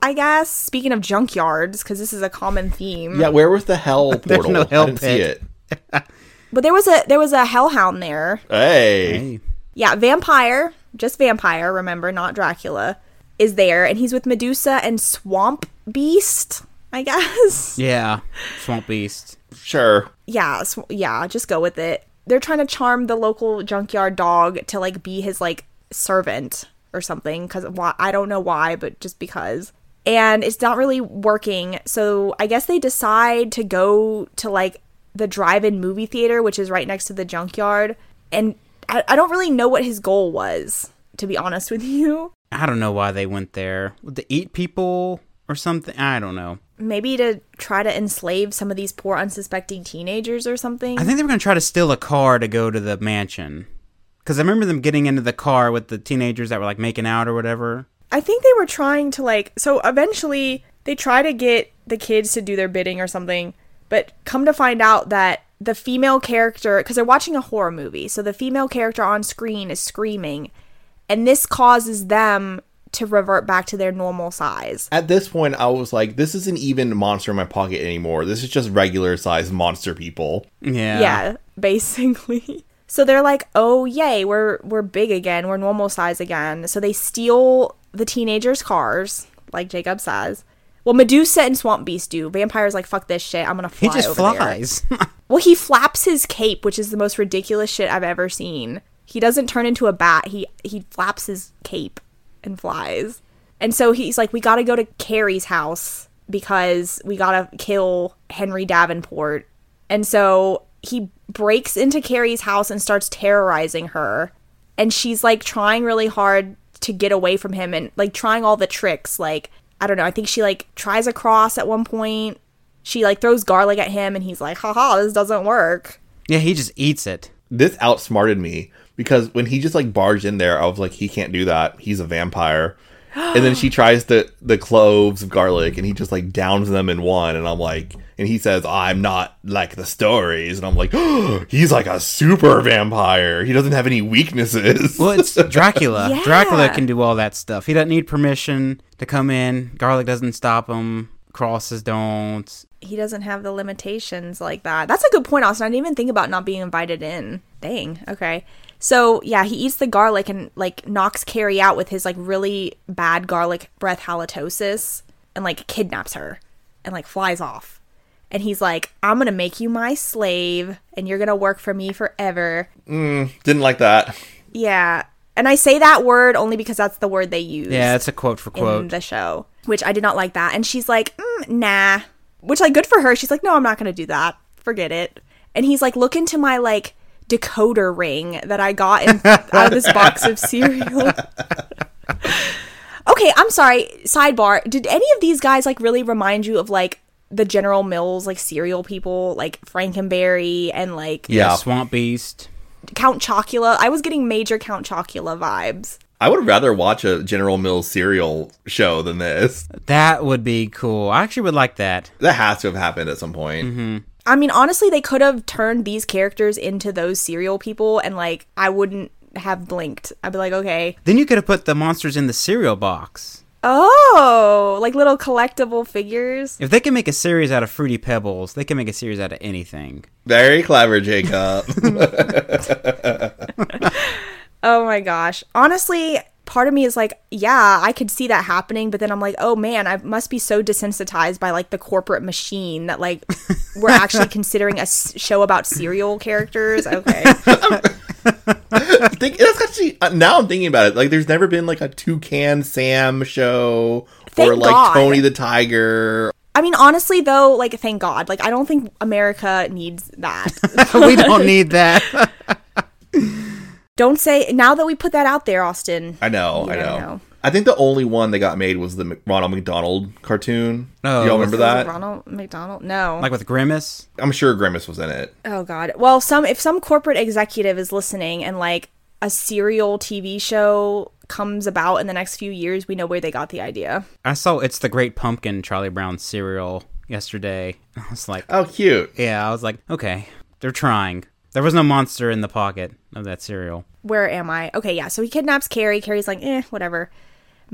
Speaker 6: i guess speaking of junkyards because this is a common theme
Speaker 5: Yeah, where was the hell portal?
Speaker 4: There's no hell
Speaker 5: I didn't
Speaker 4: pit.
Speaker 5: see it.
Speaker 6: but there was a there was a hellhound there
Speaker 5: Hey.
Speaker 4: Hey.
Speaker 6: yeah vampire just vampire remember not dracula is there and he's with medusa and swamp beast i guess
Speaker 4: Yeah. Swamp beast.
Speaker 5: Sure.
Speaker 6: yeah, sw- yeah, just go with it. They're trying to charm the local junkyard dog to like be his like servant or something cuz why I don't know why, but just because. And it's not really working. So I guess they decide to go to like the drive-in movie theater which is right next to the junkyard and I, I don't really know what his goal was to be honest with you.
Speaker 4: I don't know why they went there. To eat people or something? I don't know.
Speaker 6: Maybe to try to enslave some of these poor unsuspecting teenagers or something.
Speaker 4: I think they were going to try to steal a car to go to the mansion. Because I remember them getting into the car with the teenagers that were like making out or whatever.
Speaker 6: I think they were trying to like so eventually they try to get the kids to do their bidding or something, but come to find out that the female character cuz they're watching a horror movie, so the female character on screen is screaming and this causes them to revert back to their normal size.
Speaker 5: At this point, I was like, this isn't even monster in my pocket anymore. This is just regular sized monster people.
Speaker 4: Yeah.
Speaker 6: yeah basically so they're like oh yay we're we're big again we're normal size again so they steal the teenagers cars like jacob says well medusa and swamp beast do vampires like fuck this shit i'm gonna fly
Speaker 4: He just
Speaker 6: over there."
Speaker 4: flies.
Speaker 6: well he flaps his cape which is the most ridiculous shit i've ever seen he doesn't turn into a bat he he flaps his cape and flies and so he's like we gotta go to carrie's house because we gotta kill henry davenport and so he breaks into Carrie's house and starts terrorizing her. And she's like trying really hard to get away from him and like trying all the tricks. Like, I don't know. I think she like tries a cross at one point. She like throws garlic at him and he's like, haha, this doesn't work.
Speaker 4: yeah, he just eats it.
Speaker 5: This outsmarted me because when he just like barged in there, I was like, he can't do that. He's a vampire. and then she tries the the cloves of garlic, and he just like downs them in one. And I'm like, and he says, "I'm not like the stories," and I'm like, "He's like a super vampire. He doesn't have any weaknesses."
Speaker 4: Well, it's Dracula.
Speaker 6: Yeah.
Speaker 4: Dracula can do all that stuff. He doesn't need permission to come in. Garlic doesn't stop him. Crosses don't.
Speaker 6: He doesn't have the limitations like that. That's a good point, Austin. I didn't even think about not being invited in. Dang. Okay. So yeah, he eats the garlic and like knocks Carrie out with his like really bad garlic breath halitosis and like kidnaps her and like flies off. And he's like, I'm gonna make you my slave and you're gonna work for me forever.
Speaker 5: Didn't like that.
Speaker 6: Yeah. And I say that word only because that's the word they use
Speaker 4: Yeah, it's a quote for
Speaker 6: in
Speaker 4: quote.
Speaker 6: the show, which I did not like that. And she's like, mm, nah, which like good for her. She's like, no, I'm not gonna do that. Forget it. And he's like, look into my like decoder ring that I got in, out of this box of cereal. okay, I'm sorry. Sidebar: Did any of these guys like really remind you of like the General Mills like cereal people, like Frankenberry and like
Speaker 5: Yeah,
Speaker 4: Swamp Beast.
Speaker 6: Count Chocula? I was getting major Count Chocula vibes.
Speaker 5: I would rather watch a General Mills serial show than this.
Speaker 4: That would be cool. I actually would like that.
Speaker 5: That has to have happened at some point.
Speaker 6: I mean, honestly, they could have turned these characters into those serial people, and like, I wouldn't have blinked. I'd be like, okay,
Speaker 4: Then you could have put the monsters in the cereal box.
Speaker 6: oh, like little collectible figures.
Speaker 4: If they can make a series out of Fruity Pebbles, they can make a series out of anything.
Speaker 5: Very clever, Jacob.
Speaker 6: Oh my gosh. Honestly, part of me is like, yeah, I could see that happening, but then I'm like, oh man, I must be so desensitized by like the corporate machine that like we're actually considering a s- show about serial characters. Okay.
Speaker 5: think that's actually uh, now I'm thinking about it. Like, there's never been like a Toucan Sam show or
Speaker 6: Thank
Speaker 5: like
Speaker 6: God.
Speaker 5: Tony the Tiger.
Speaker 6: I mean, honestly, though, like, thank God. Like, I don't think America needs that.
Speaker 4: we don't need that.
Speaker 6: Don't say now that we put that out there, Austin.
Speaker 5: I know,
Speaker 6: You
Speaker 5: I
Speaker 6: never
Speaker 5: know.
Speaker 6: know.
Speaker 5: I think the only one that got made was the Mc- Ronald McDonald cartoon.
Speaker 4: Oh.
Speaker 5: Do y'all remember
Speaker 6: Was
Speaker 5: that?
Speaker 6: it Ronald McDonald? No.
Speaker 4: like with Grimace.
Speaker 5: I'm sure Grimace was in it.
Speaker 6: oh God. Well, some if some corporate executive is listening and like a serial TV show comes about in the next few years, we know where they got the idea.
Speaker 4: I saw It's the Great Pumpkin Charlie Brown cereal yesterday. I was like,
Speaker 5: Oh, cute.
Speaker 4: yeah, I was like, okay, they're trying. There was no monster in the pocket of that cereal.
Speaker 6: Where am I? Okay, yeah. So he kidnaps Carrie. Carrie's like, eh, whatever.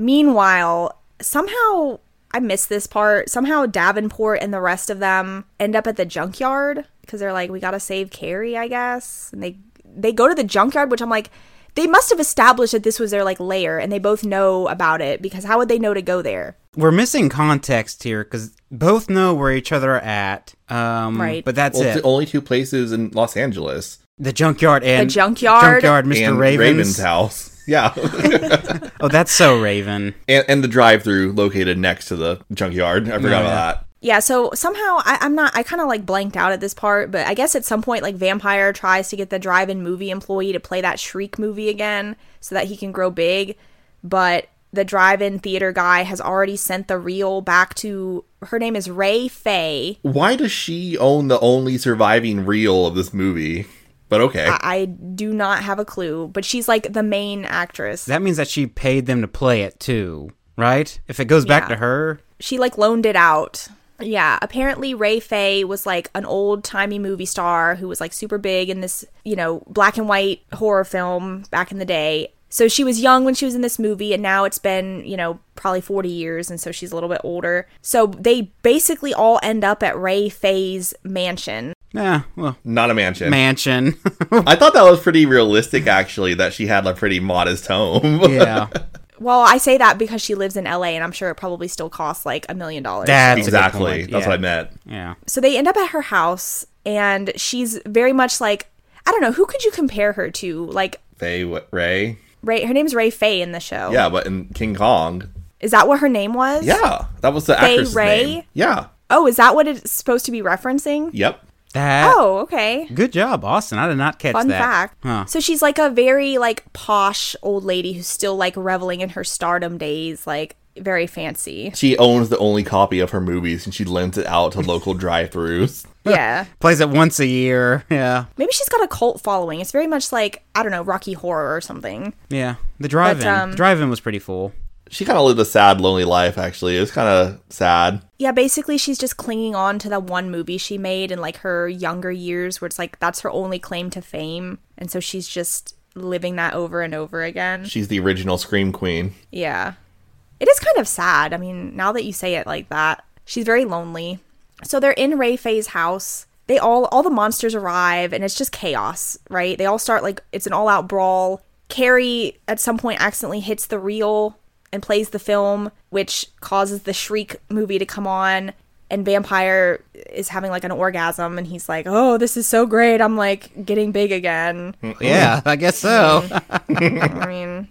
Speaker 6: Meanwhile, somehow I missed this part. Somehow Davenport and the rest of them end up at the junkyard because they're like, we gotta save Carrie, I guess. And they they go to the junkyard, which I'm like, they must have established that this was their like lair, and they both know about it because how would they know to go there?
Speaker 4: We're missing context here because both know where each other are at. Um,
Speaker 6: Right.
Speaker 4: But that's
Speaker 5: Well, it's
Speaker 4: it.
Speaker 5: the only two places in Los Angeles
Speaker 4: the junkyard and
Speaker 6: The junkyard.
Speaker 4: junkyard, Mr.
Speaker 5: and
Speaker 4: Ravens.
Speaker 5: Raven's house. Yeah,
Speaker 4: Oh, that's so Raven.
Speaker 5: and, and the drive-through located next to the junkyard. I forgot about that.
Speaker 6: Yeah, so somehow I, I'm not, I kind of like blanked out at this part, but I guess at some point, like, Vampire tries to get the drive in movie employee to play that Shriek movie again so that he can grow big. But the drive in theater guy has already sent the reel back to her name is Ray Fay.
Speaker 5: Why does she own the only surviving reel of this movie? But okay.
Speaker 4: Ah.
Speaker 6: I do not have a clue, but she's like the main actress.
Speaker 4: That means that she paid them to play it too, right? If it goes back
Speaker 6: Yeah.
Speaker 4: to her,
Speaker 6: she like loaned it out. Yeah, apparently Ray Fay was like an old timey movie star who was like super big in this, you know, black and white horror film back in the day. So she was young when she was in this movie, and now it's been, you know, probably 40 years, and so she's a little bit older. So they basically all end up at Ray Fay's mansion.
Speaker 4: yeah, well,
Speaker 5: Not a mansion.
Speaker 4: mansion.
Speaker 5: I thought that was pretty realistic, actually, that she had a pretty modest home.
Speaker 4: yeah,
Speaker 6: Well, I say that because she lives in LA, and I'm sure it probably still costs like a million dollars.
Speaker 4: that's a good
Speaker 5: exactly.
Speaker 4: point,
Speaker 5: That's what I
Speaker 4: yeah.
Speaker 5: meant.
Speaker 4: Yeah,
Speaker 6: so they end up at her house and she's very much like i don't know who could you compare her to like
Speaker 5: Faye w- Ray.
Speaker 6: ray her name's ray fay in the show
Speaker 5: Yeah, but in King Kong.
Speaker 6: is that what her name was
Speaker 5: Yeah, that was the
Speaker 6: Faye
Speaker 5: actress.
Speaker 6: Ray?
Speaker 5: Name. Yeah.
Speaker 6: oh is that what it's supposed to be referencing
Speaker 5: Yep.
Speaker 4: that.
Speaker 6: oh okay
Speaker 4: Good job, Austin. I did not catch
Speaker 6: fun
Speaker 4: that.
Speaker 6: fact
Speaker 4: Huh.
Speaker 6: so she's like a very like posh old lady who's still like reveling in her stardom days like very fancy
Speaker 5: She owns the only copy of her movies, and she lends it out to local drive-throughs.
Speaker 6: yeah
Speaker 4: Plays it once a year. Yeah,
Speaker 6: maybe she's got a cult following it's very much like i don't know rocky horror or something
Speaker 4: yeah. The drive-in.
Speaker 6: um,
Speaker 4: the drive-in was pretty full.
Speaker 5: she kind of lived a sad, lonely life. Actually, it was kind of sad.
Speaker 6: Yeah, basically she's just clinging on to that one movie she made in like her younger years where it's like that's her only claim to fame. And so she's just living that over and over again.
Speaker 5: She's the original scream queen.
Speaker 6: Yeah. It is kind of sad. I mean, now that you say it like that, she's very lonely. So they're in Ray Fay's house. They all all the monsters arrive and it's just chaos, right? They all start like it's an all-out brawl. Carrie at some point accidentally hits the reel and plays the film, which causes the Shriek movie to come on. And Vampire is having like an orgasm, and he's like, Oh, this is so great. I'm like getting big again.
Speaker 4: Yeah, I guess so.
Speaker 6: I mean,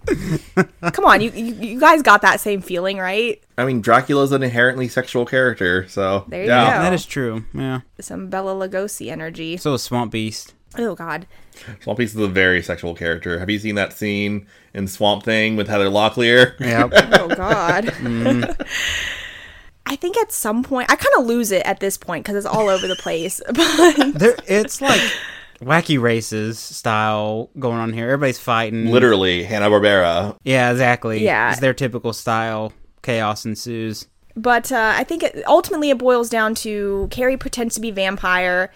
Speaker 6: come on, you, you you guys got that same feeling, right?
Speaker 5: I mean, Dracula's an inherently sexual character, so
Speaker 6: There you go.
Speaker 4: that is true. Yeah.
Speaker 6: Some Bella Lugosi energy.
Speaker 4: So is Swamp Beast.
Speaker 6: oh God,
Speaker 5: Swamp Beast is a very sexual character. Have you seen that scene in Swamp Thing with Heather Locklear?
Speaker 4: Yeah.
Speaker 6: oh God.
Speaker 5: Mm.
Speaker 6: I think at some point I kind of lose it at this point because it's all over the place. But
Speaker 4: there, it's like wacky races style going on here. Everybody's fighting.
Speaker 5: Literally, Hanna Barbera.
Speaker 4: Yeah, exactly.
Speaker 6: Yeah.
Speaker 4: It's their typical style. Chaos ensues.
Speaker 6: but uh, I think it, ultimately it boils down to Carrie pretends to be vampire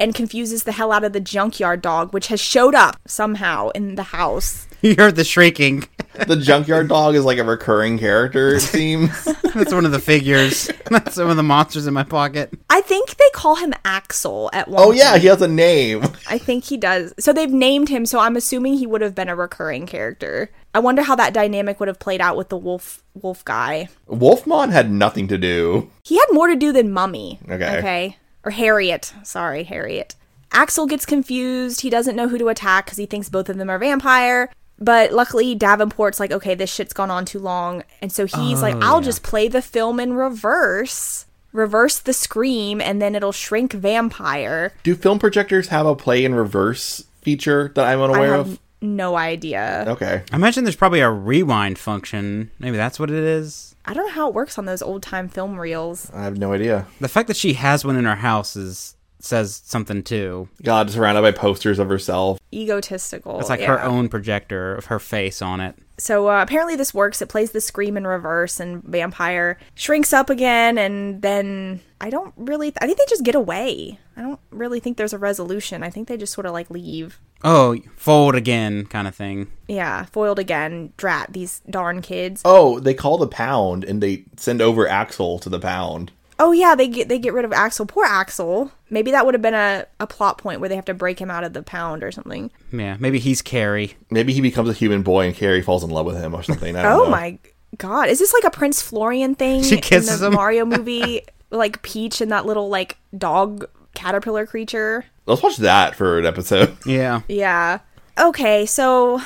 Speaker 6: and confuses the hell out of the junkyard dog, which has showed up somehow in the house.
Speaker 4: You heard the shrieking.
Speaker 5: The junkyard dog is like a recurring character. It seems.
Speaker 4: That's one of the figures. That's one of the monsters in my pocket.
Speaker 6: I think they call him Axel at one.
Speaker 5: oh yeah, he has a name.
Speaker 6: I think he does. So they've named him, so I'm assuming he would have been a recurring character. I wonder how that dynamic would have played out with the wolf wolf guy.
Speaker 5: Wolfmon had nothing to do.
Speaker 6: He had more to do than Mummy.
Speaker 5: Okay.
Speaker 6: Okay. Or Harriet. Sorry, Harriet. Axel gets confused. He doesn't know who to attack because he thinks both of them are vampire. But luckily, Davenport's like, okay, this shit's gone on too long. And so he's
Speaker 4: Oh,
Speaker 6: like, I'll just play the film in reverse, reverse the scream, and then it'll shrink vampire.
Speaker 5: Do film projectors have a play in reverse feature that I'm unaware
Speaker 6: I have
Speaker 5: of?
Speaker 6: no idea.
Speaker 5: Okay.
Speaker 4: I imagine there's probably a rewind function. Maybe that's what it is.
Speaker 6: I don't know how it works on those old time film reels.
Speaker 5: I have no idea.
Speaker 4: The fact that she has one in her house is says something too.
Speaker 5: God, surrounded by posters of herself.
Speaker 6: Egotistical.
Speaker 4: It's like her
Speaker 6: yeah.
Speaker 4: own projector of her face on it.
Speaker 6: So uh, apparently this works. It plays the scream in reverse, and vampire shrinks up again, and then I don't really. I think they just get away. I don't really think there's a resolution. I think they just sort of like leave.
Speaker 4: Oh, fold again kind of thing.
Speaker 6: Yeah, foiled again. Drat these darn kids. Oh,
Speaker 5: Oh, they call the pound and they send over Axel to the pound.
Speaker 6: oh, yeah, they get they get rid of Axel. Poor Axel. Maybe that would have been a a plot point where they have to break him out of the pound or something.
Speaker 4: Yeah, maybe he's Carrie.
Speaker 5: Maybe he becomes a human boy and Carrie falls in love with him or something. I don't
Speaker 6: Oh
Speaker 5: know.
Speaker 6: my god, is this like a Prince Florian thing?
Speaker 4: She kisses
Speaker 6: in the
Speaker 4: him.
Speaker 6: Mario movie, like Peach and that little like dog caterpillar creature.
Speaker 5: Let's watch that for an episode.
Speaker 4: Yeah.
Speaker 6: Yeah. Okay, so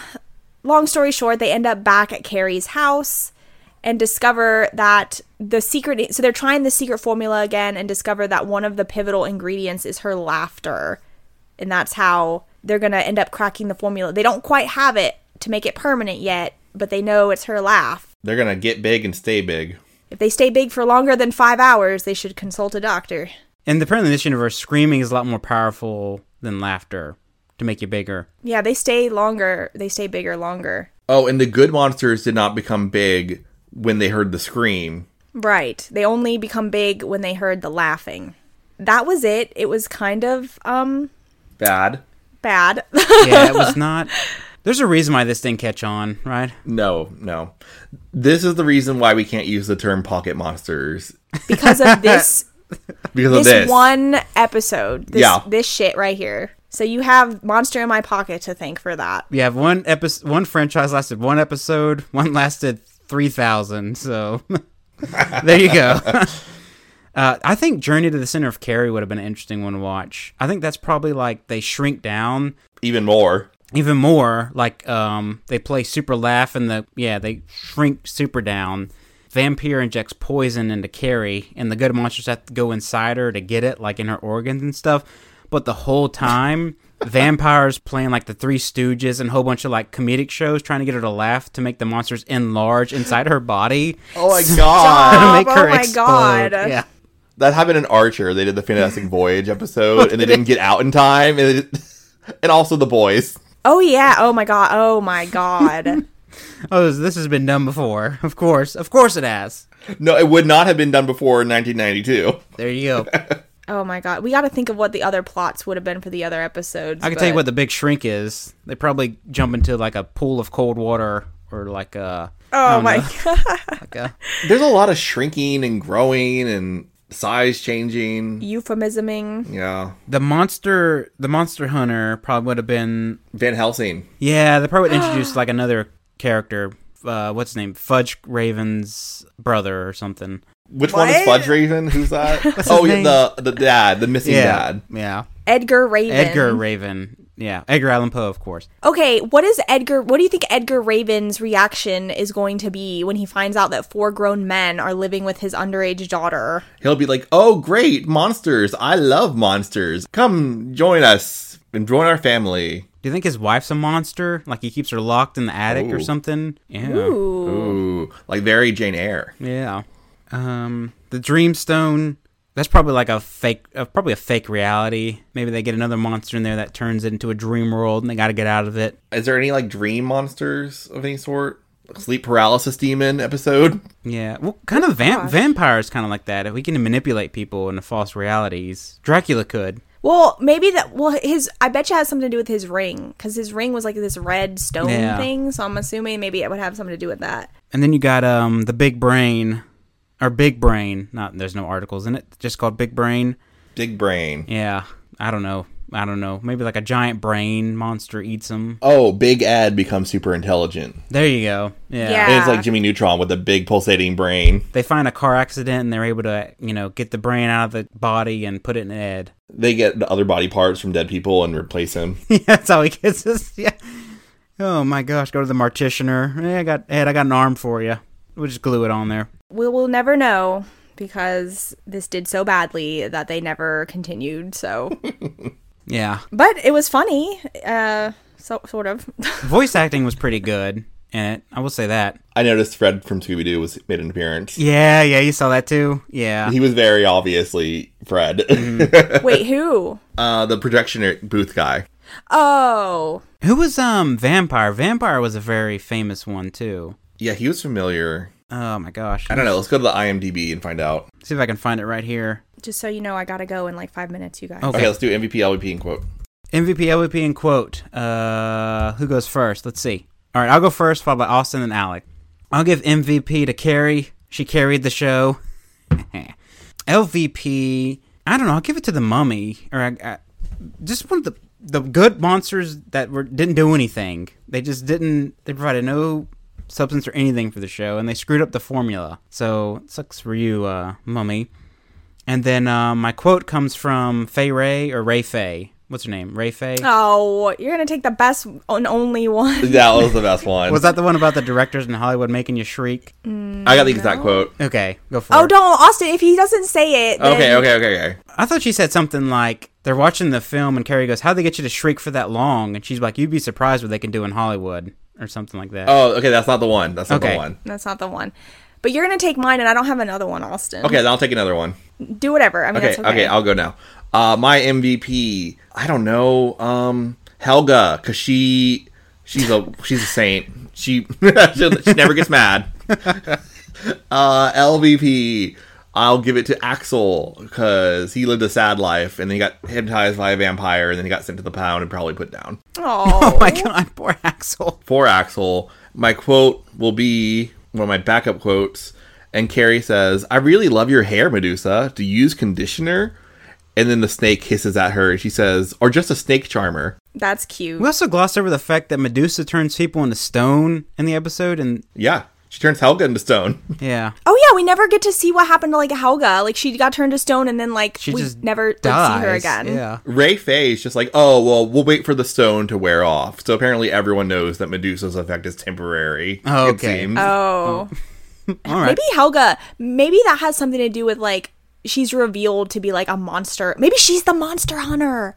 Speaker 6: long story short, they end up back at Carrie's house and discover that the secret so they're trying the secret formula again and discover that one of the pivotal ingredients is her laughter. And that's how they're going to end up cracking the formula. They don't quite have it to make it permanent yet, but they know it's her laugh.
Speaker 5: They're gonna get big and stay big.
Speaker 6: If they stay big for longer than five hours, they should consult a doctor.
Speaker 4: And apparently, in this universe, screaming is a lot more powerful than laughter to make you bigger.
Speaker 6: Yeah, they stay longer. They stay bigger longer.
Speaker 5: Oh, and the good monsters did not become big when they heard the scream.
Speaker 6: Right. They only become big when they heard the laughing. That was it. It was kind of um
Speaker 5: Bad.
Speaker 6: bad.
Speaker 4: Yeah, it was not. There's a reason why this didn't catch on, right?
Speaker 5: No, no. This is the reason why we can't use the term pocket monsters
Speaker 6: because of this
Speaker 5: because
Speaker 6: this,
Speaker 5: of this.
Speaker 6: one episode. This
Speaker 5: Yeah.
Speaker 6: this shit right here. So you have Monster in My Pocket to thank for that.
Speaker 4: We have one episode, one franchise lasted one episode, one lasted three thousand. So there you go. Uh, I think Journey to the Center of Carrie would have been an interesting one to watch. I think that's probably like they shrink down
Speaker 5: Even more.
Speaker 4: even more. Like um, they play super laugh and the yeah they shrink super down. Vampire injects poison into Carrie, and the good monsters have to go inside her to get it, like in her organs and stuff. But the whole time, vampires playing like the Three Stooges and a whole bunch of like comedic shows, trying to get her to laugh to make the monsters enlarge inside her body.
Speaker 5: Oh my
Speaker 4: Uh,
Speaker 5: god.
Speaker 4: to
Speaker 6: Bob,
Speaker 4: make her
Speaker 6: oh my
Speaker 4: explode.
Speaker 6: God.
Speaker 4: Yeah.
Speaker 5: That happened in Archer. They did the Fantastic Voyage episode, and they didn't get out in time. And, they did- and also the boys.
Speaker 6: Oh yeah. Oh my god. Oh my god.
Speaker 4: Oh, this- this has been done before. Of course. Of course it has.
Speaker 5: No, it would not have been done before 1992.
Speaker 4: There you go.
Speaker 6: Oh my god, we got to think of what the other plots would have been for the other episodes.
Speaker 4: I can tell you
Speaker 6: but-
Speaker 4: what the big shrink is. They probably jump into like a pool of cold water or like a. I
Speaker 6: Oh
Speaker 4: don't
Speaker 6: my
Speaker 4: know,
Speaker 6: god.
Speaker 4: like a-
Speaker 5: There's a lot of shrinking and growing and size changing.
Speaker 6: Euphemisming.
Speaker 5: Yeah.
Speaker 4: the monster, the monster hunter probably would have been.
Speaker 5: Van Helsing.
Speaker 4: Yeah, they probably would introduce like another character. Uh, what's his name? Fudge Raven's brother or something.
Speaker 5: Which one is
Speaker 6: What?
Speaker 5: Fudge Raven? Who's that? oh,
Speaker 4: his
Speaker 5: yeah, the the dad, the missing
Speaker 4: Yeah,
Speaker 5: dad.
Speaker 4: yeah.
Speaker 6: Edgar Raven.
Speaker 4: Edgar Raven. Yeah, Edgar Allan Poe, of course.
Speaker 6: Okay, what is Edgar? What do you think Edgar Raven's reaction is going to be when he finds out that four grown men are living with his underage daughter?
Speaker 5: He'll be like, "Oh, great monsters! I love monsters. Come join us and join our family."
Speaker 4: Do you think his wife's a monster? Like he keeps her locked in the attic or
Speaker 5: Ooh.
Speaker 4: something? Yeah.
Speaker 5: Ooh, like very Jane Eyre.
Speaker 4: Yeah. Um, the Dreamstone. That's probably like a fake, uh, probably a fake reality. Maybe they get another monster in there that turns it into a dream world, and they got to get out of it.
Speaker 5: Is there any like dream monsters of any sort? Sleep paralysis demon episode.
Speaker 4: Yeah. Well, kind of vamp- vampires, kind of like that. If we can manipulate people into false realities, Dracula could.
Speaker 6: Well, maybe that. Well, his. I bet you it has something to do with his ring because his ring was like this red stone
Speaker 4: Yeah.
Speaker 6: thing. So I'm assuming maybe it would have something to do with that.
Speaker 4: And then you got um the Big Brain, or Big Brain. Not there's no articles in it. Just called Big Brain.
Speaker 5: Big brain.
Speaker 4: Yeah. I don't know. I don't know. Maybe like a giant brain monster eats them.
Speaker 5: Oh, Big Ed becomes super intelligent.
Speaker 4: There you go.
Speaker 6: Yeah.
Speaker 5: And it's like Jimmy Neutron with a big pulsating brain.
Speaker 4: they find a car accident and they're able to, you know, get the brain out of the body and put it in Ed.
Speaker 5: They get the other body parts from dead people and replace him.
Speaker 4: That's how he gets this. Yeah. Oh my gosh, go to the morticianer. Hey, I got Ed. I got an arm for you. We'll just glue it on there.
Speaker 6: We will never know because this did so badly that they never continued. So,
Speaker 4: Yeah.
Speaker 6: but it was funny. Uh, so sort of.
Speaker 4: Voice acting was pretty good in it. I will say that.
Speaker 5: I noticed Fred from Scooby Doo was made an appearance.
Speaker 4: Yeah, yeah, you saw that too. Yeah.
Speaker 5: He was very obviously Fred,
Speaker 6: Wait, who?
Speaker 5: Mm-hmm. uh, the projection booth guy.
Speaker 6: Oh,
Speaker 4: Who was um Vampire? Vampire was a very famous one too.
Speaker 5: Yeah, he was familiar.
Speaker 4: Oh my gosh.
Speaker 5: I don't know. Let's go to the IMDb and find out.
Speaker 4: See if I can find it right here.
Speaker 6: just so you know, I gotta go in like five minutes, you guys.
Speaker 4: Okay.
Speaker 5: Okay, let's do MVP, LVP, and quote.
Speaker 4: MVP, LVP, and quote. Uh, who goes first? Let's see. All right, I'll go first, followed by Austin and Alec. I'll give MVP to Carrie. She carried the show. Eh. LVP, I don't know. I'll give it to the Mummy, or I, I, just one of the the good monsters that were didn't do anything. They just didn't. They provided no substance or anything for the show, and they screwed up the formula. So it sucks for you, uh, Mummy. And then uh, my quote comes from Fay Ray or Ray Fay. What's her name? Ray Fay.
Speaker 6: Oh, you're gonna take the best and only one.
Speaker 5: That was the best one.
Speaker 4: Was that the one about the directors in Hollywood making you shriek?
Speaker 5: I got the exact quote.
Speaker 4: Okay, go for
Speaker 6: Oh,
Speaker 4: it.
Speaker 6: don't, Austin. If he doesn't say it, then
Speaker 5: Okay, okay, okay, okay.
Speaker 4: I thought she said something like they're watching the film and Carrie goes, "How'd they get you to shriek for that long?" And she's like, "You'd be surprised what they can do in Hollywood." Or something like that.
Speaker 5: Oh, okay. That's not the one. That's not
Speaker 4: Okay.
Speaker 5: the one.
Speaker 6: that's not the one. But you're gonna take mine, and I don't have another one, Austin.
Speaker 5: Okay, then I'll take another one.
Speaker 6: do whatever. I mean,
Speaker 5: Okay,
Speaker 6: that's
Speaker 5: okay, I'll go now. Uh, my MVP. I don't know. Um, Helga, cause she she's a she's a saint. She she, she never gets mad. Uh, LVP. I'll give it to Axel because he lived a sad life and then he got hypnotized by a vampire and then he got sent to the pound and probably put down.
Speaker 6: oh,
Speaker 4: Oh my god, poor Axel.
Speaker 5: for Axel. My quote will be one of my backup quotes. And Carrie says, I really love your hair, Medusa. Do you use conditioner? And then the snake hisses at her and she says, or just a snake charmer.
Speaker 6: that's cute.
Speaker 4: We also glossed over the fact that Medusa turns people into stone in the episode, and
Speaker 5: Yeah. She turns Helga into stone.
Speaker 4: yeah,
Speaker 6: oh yeah, we never get to see what happened to like Helga. Like she got turned to stone, and then like
Speaker 4: she
Speaker 6: we
Speaker 4: just
Speaker 6: never like, see
Speaker 4: dies.
Speaker 6: her again.
Speaker 4: Yeah,
Speaker 5: Ray Faye is just like, oh, well, we'll wait for the stone to wear off. So apparently everyone knows that Medusa's effect is temporary. it
Speaker 4: Okay.
Speaker 5: seems.
Speaker 6: Oh,
Speaker 4: all right.
Speaker 6: maybe Helga. Maybe that has something to do with like she's revealed to be like a monster. Maybe she's the monster hunter.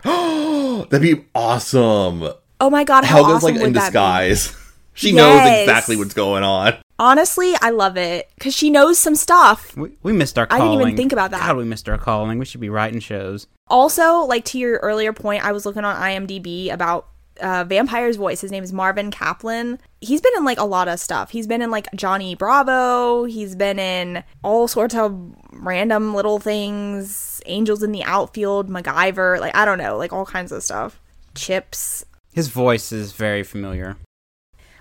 Speaker 5: That'd be awesome.
Speaker 6: Oh my god, Oh. how
Speaker 5: Helga's
Speaker 6: awesome
Speaker 5: like
Speaker 6: would
Speaker 5: in
Speaker 6: that be?
Speaker 5: disguise. she knows
Speaker 6: Yes.
Speaker 5: exactly what's going on.
Speaker 6: Honestly, I love it because she knows some stuff.
Speaker 4: we, we missed our.
Speaker 6: I
Speaker 4: Calling.
Speaker 6: didn't even think about that.
Speaker 4: God, we missed our calling. We should be writing shows.
Speaker 6: Also, like to your earlier point, I was looking on IMDb about uh, vampire's voice. His name is Marvin Kaplan. He's been in like a lot of stuff. He's been in like Johnny Bravo. He's been in all sorts of random little things. Angels in the Outfield, MacGyver. Like I don't know, like all kinds of stuff. Chips.
Speaker 4: His voice is very familiar.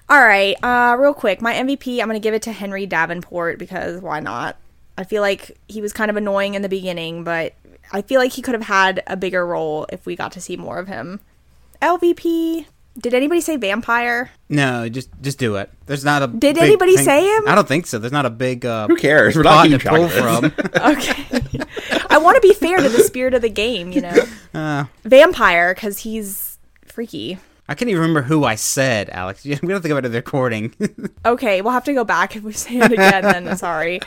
Speaker 6: All right, uh, real quick, my MVP. I'm gonna give it to Henry Davenport because why not? I feel like he was kind of annoying in the beginning, but I feel like he could have had a bigger role if we got to see more of him. LVP. Did anybody say vampire?
Speaker 4: No, just just do it. There's not a.
Speaker 6: Did
Speaker 4: big
Speaker 6: anybody
Speaker 4: thing-
Speaker 6: say him?
Speaker 4: I don't think so. There's not a big. Uh,
Speaker 5: Who cares? We're not
Speaker 4: pot
Speaker 5: keeping
Speaker 4: to
Speaker 5: track
Speaker 4: pull from.
Speaker 5: of
Speaker 6: Okay. I want to be fair to the spirit of the game, you know. Vampire, because he's freaky.
Speaker 4: I can't even remember who I said, Alex. We have to go back to the recording.
Speaker 6: Okay, we'll have to go back if we say it again, then sorry.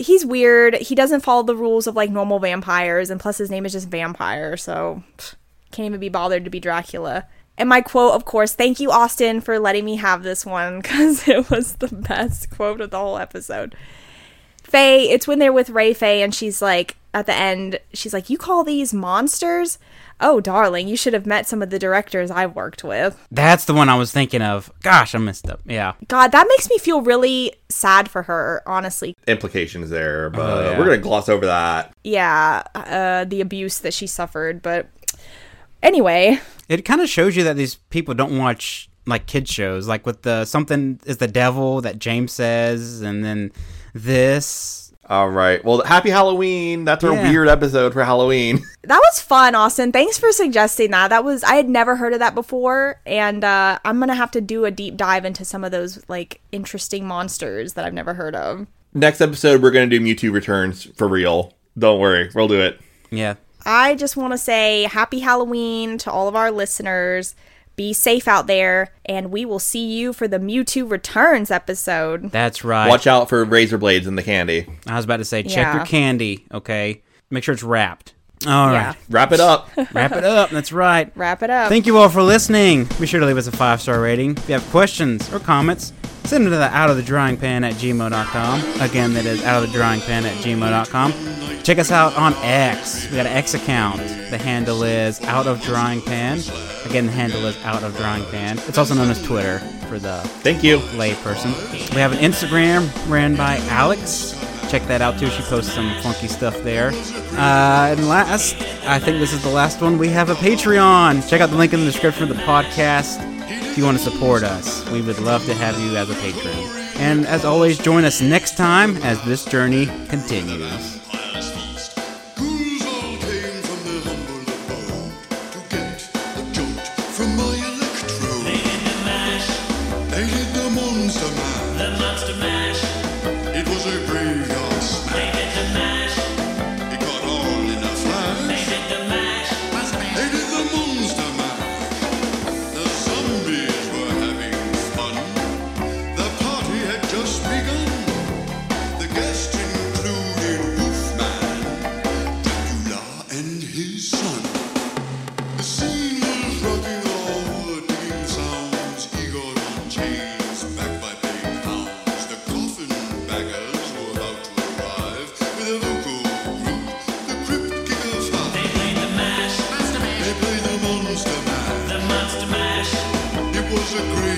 Speaker 6: He's weird. He doesn't follow the rules of like normal vampires, and plus his name is just vampire, so pfft, can't even be bothered to be Dracula. And my quote, of course, thank you, Austin, for letting me have this one, because it was the best quote of the whole episode. Faye, it's when they're with Ray Faye and she's like, at the end, she's like, You call these monsters? Oh, darling, you should have met some of the directors I worked with.
Speaker 4: That's the one I was thinking of. Gosh, I messed up. Yeah.
Speaker 6: God, that makes me feel really sad for her, honestly.
Speaker 5: Implications there, but
Speaker 4: Oh, yeah.
Speaker 5: we're gonna gloss over that.
Speaker 6: Yeah, uh, the abuse that she suffered, but anyway,
Speaker 4: It kind of shows you that these people don't watch like kid shows, like with the something is the devil that James says, and then this.
Speaker 5: All right. Well, happy Halloween. That's our
Speaker 4: Yeah.
Speaker 5: weird episode for Halloween.
Speaker 6: that was fun, Austin. Thanks for suggesting that. That was I had never heard of that before, and uh, I'm gonna have to do a deep dive into some of those like interesting monsters that I've never heard of.
Speaker 5: Next episode, we're gonna do Mewtwo returns for real. Don't worry, we'll do it.
Speaker 4: Yeah.
Speaker 6: I just want to say happy Halloween to all of our listeners. Be safe out there, and we will see you for the Mewtwo Returns episode.
Speaker 4: That's right.
Speaker 5: Watch out for razor blades in the candy.
Speaker 4: I was about to say, check
Speaker 6: Yeah.
Speaker 4: your candy, okay? Make sure it's wrapped. All
Speaker 6: Yeah.
Speaker 4: right.
Speaker 5: Wrap it up.
Speaker 4: Wrap it up. That's right.
Speaker 6: Wrap it up.
Speaker 4: Thank you all for listening. Be sure to leave us a five star rating. If you have questions or comments, send them to the out of the drying pan at gmo.com. Again, that is out of the drying pan at gmo.com. Check us out on X. We got an X account. The handle is out of drying pan. Again, the handle is out of drying pan. It's also known as Twitter for the
Speaker 5: Thank you.
Speaker 4: layperson. We have an Instagram ran by Alex. Check that out too. She posts some funky stuff there. Uh, and last, I think this is the last one. We have a Patreon. Check out the link in the description of the podcast if you want to support us. We would love to have you as a patron. And as always, join us next time as this journey continues.
Speaker 7: Ghouls all came from their humble abode to get a jolt from my electrode. They did the mash. They did the monster mash. The monster mash. It was a graveyard smash. They did the mash. It got all in a flash. They did the mash. They did the monster mash. The zombies were having fun. The party had just begun. The guests included Wolfman. Dracula and his son. The scene was rocking all the digging sounds. Igor on chains, backed by big hounds. The coffin baggers were about to arrive with a vocal group, the Crypt Kicker Five. They played the mash. They played the monster mash. The monster mash. It was a great.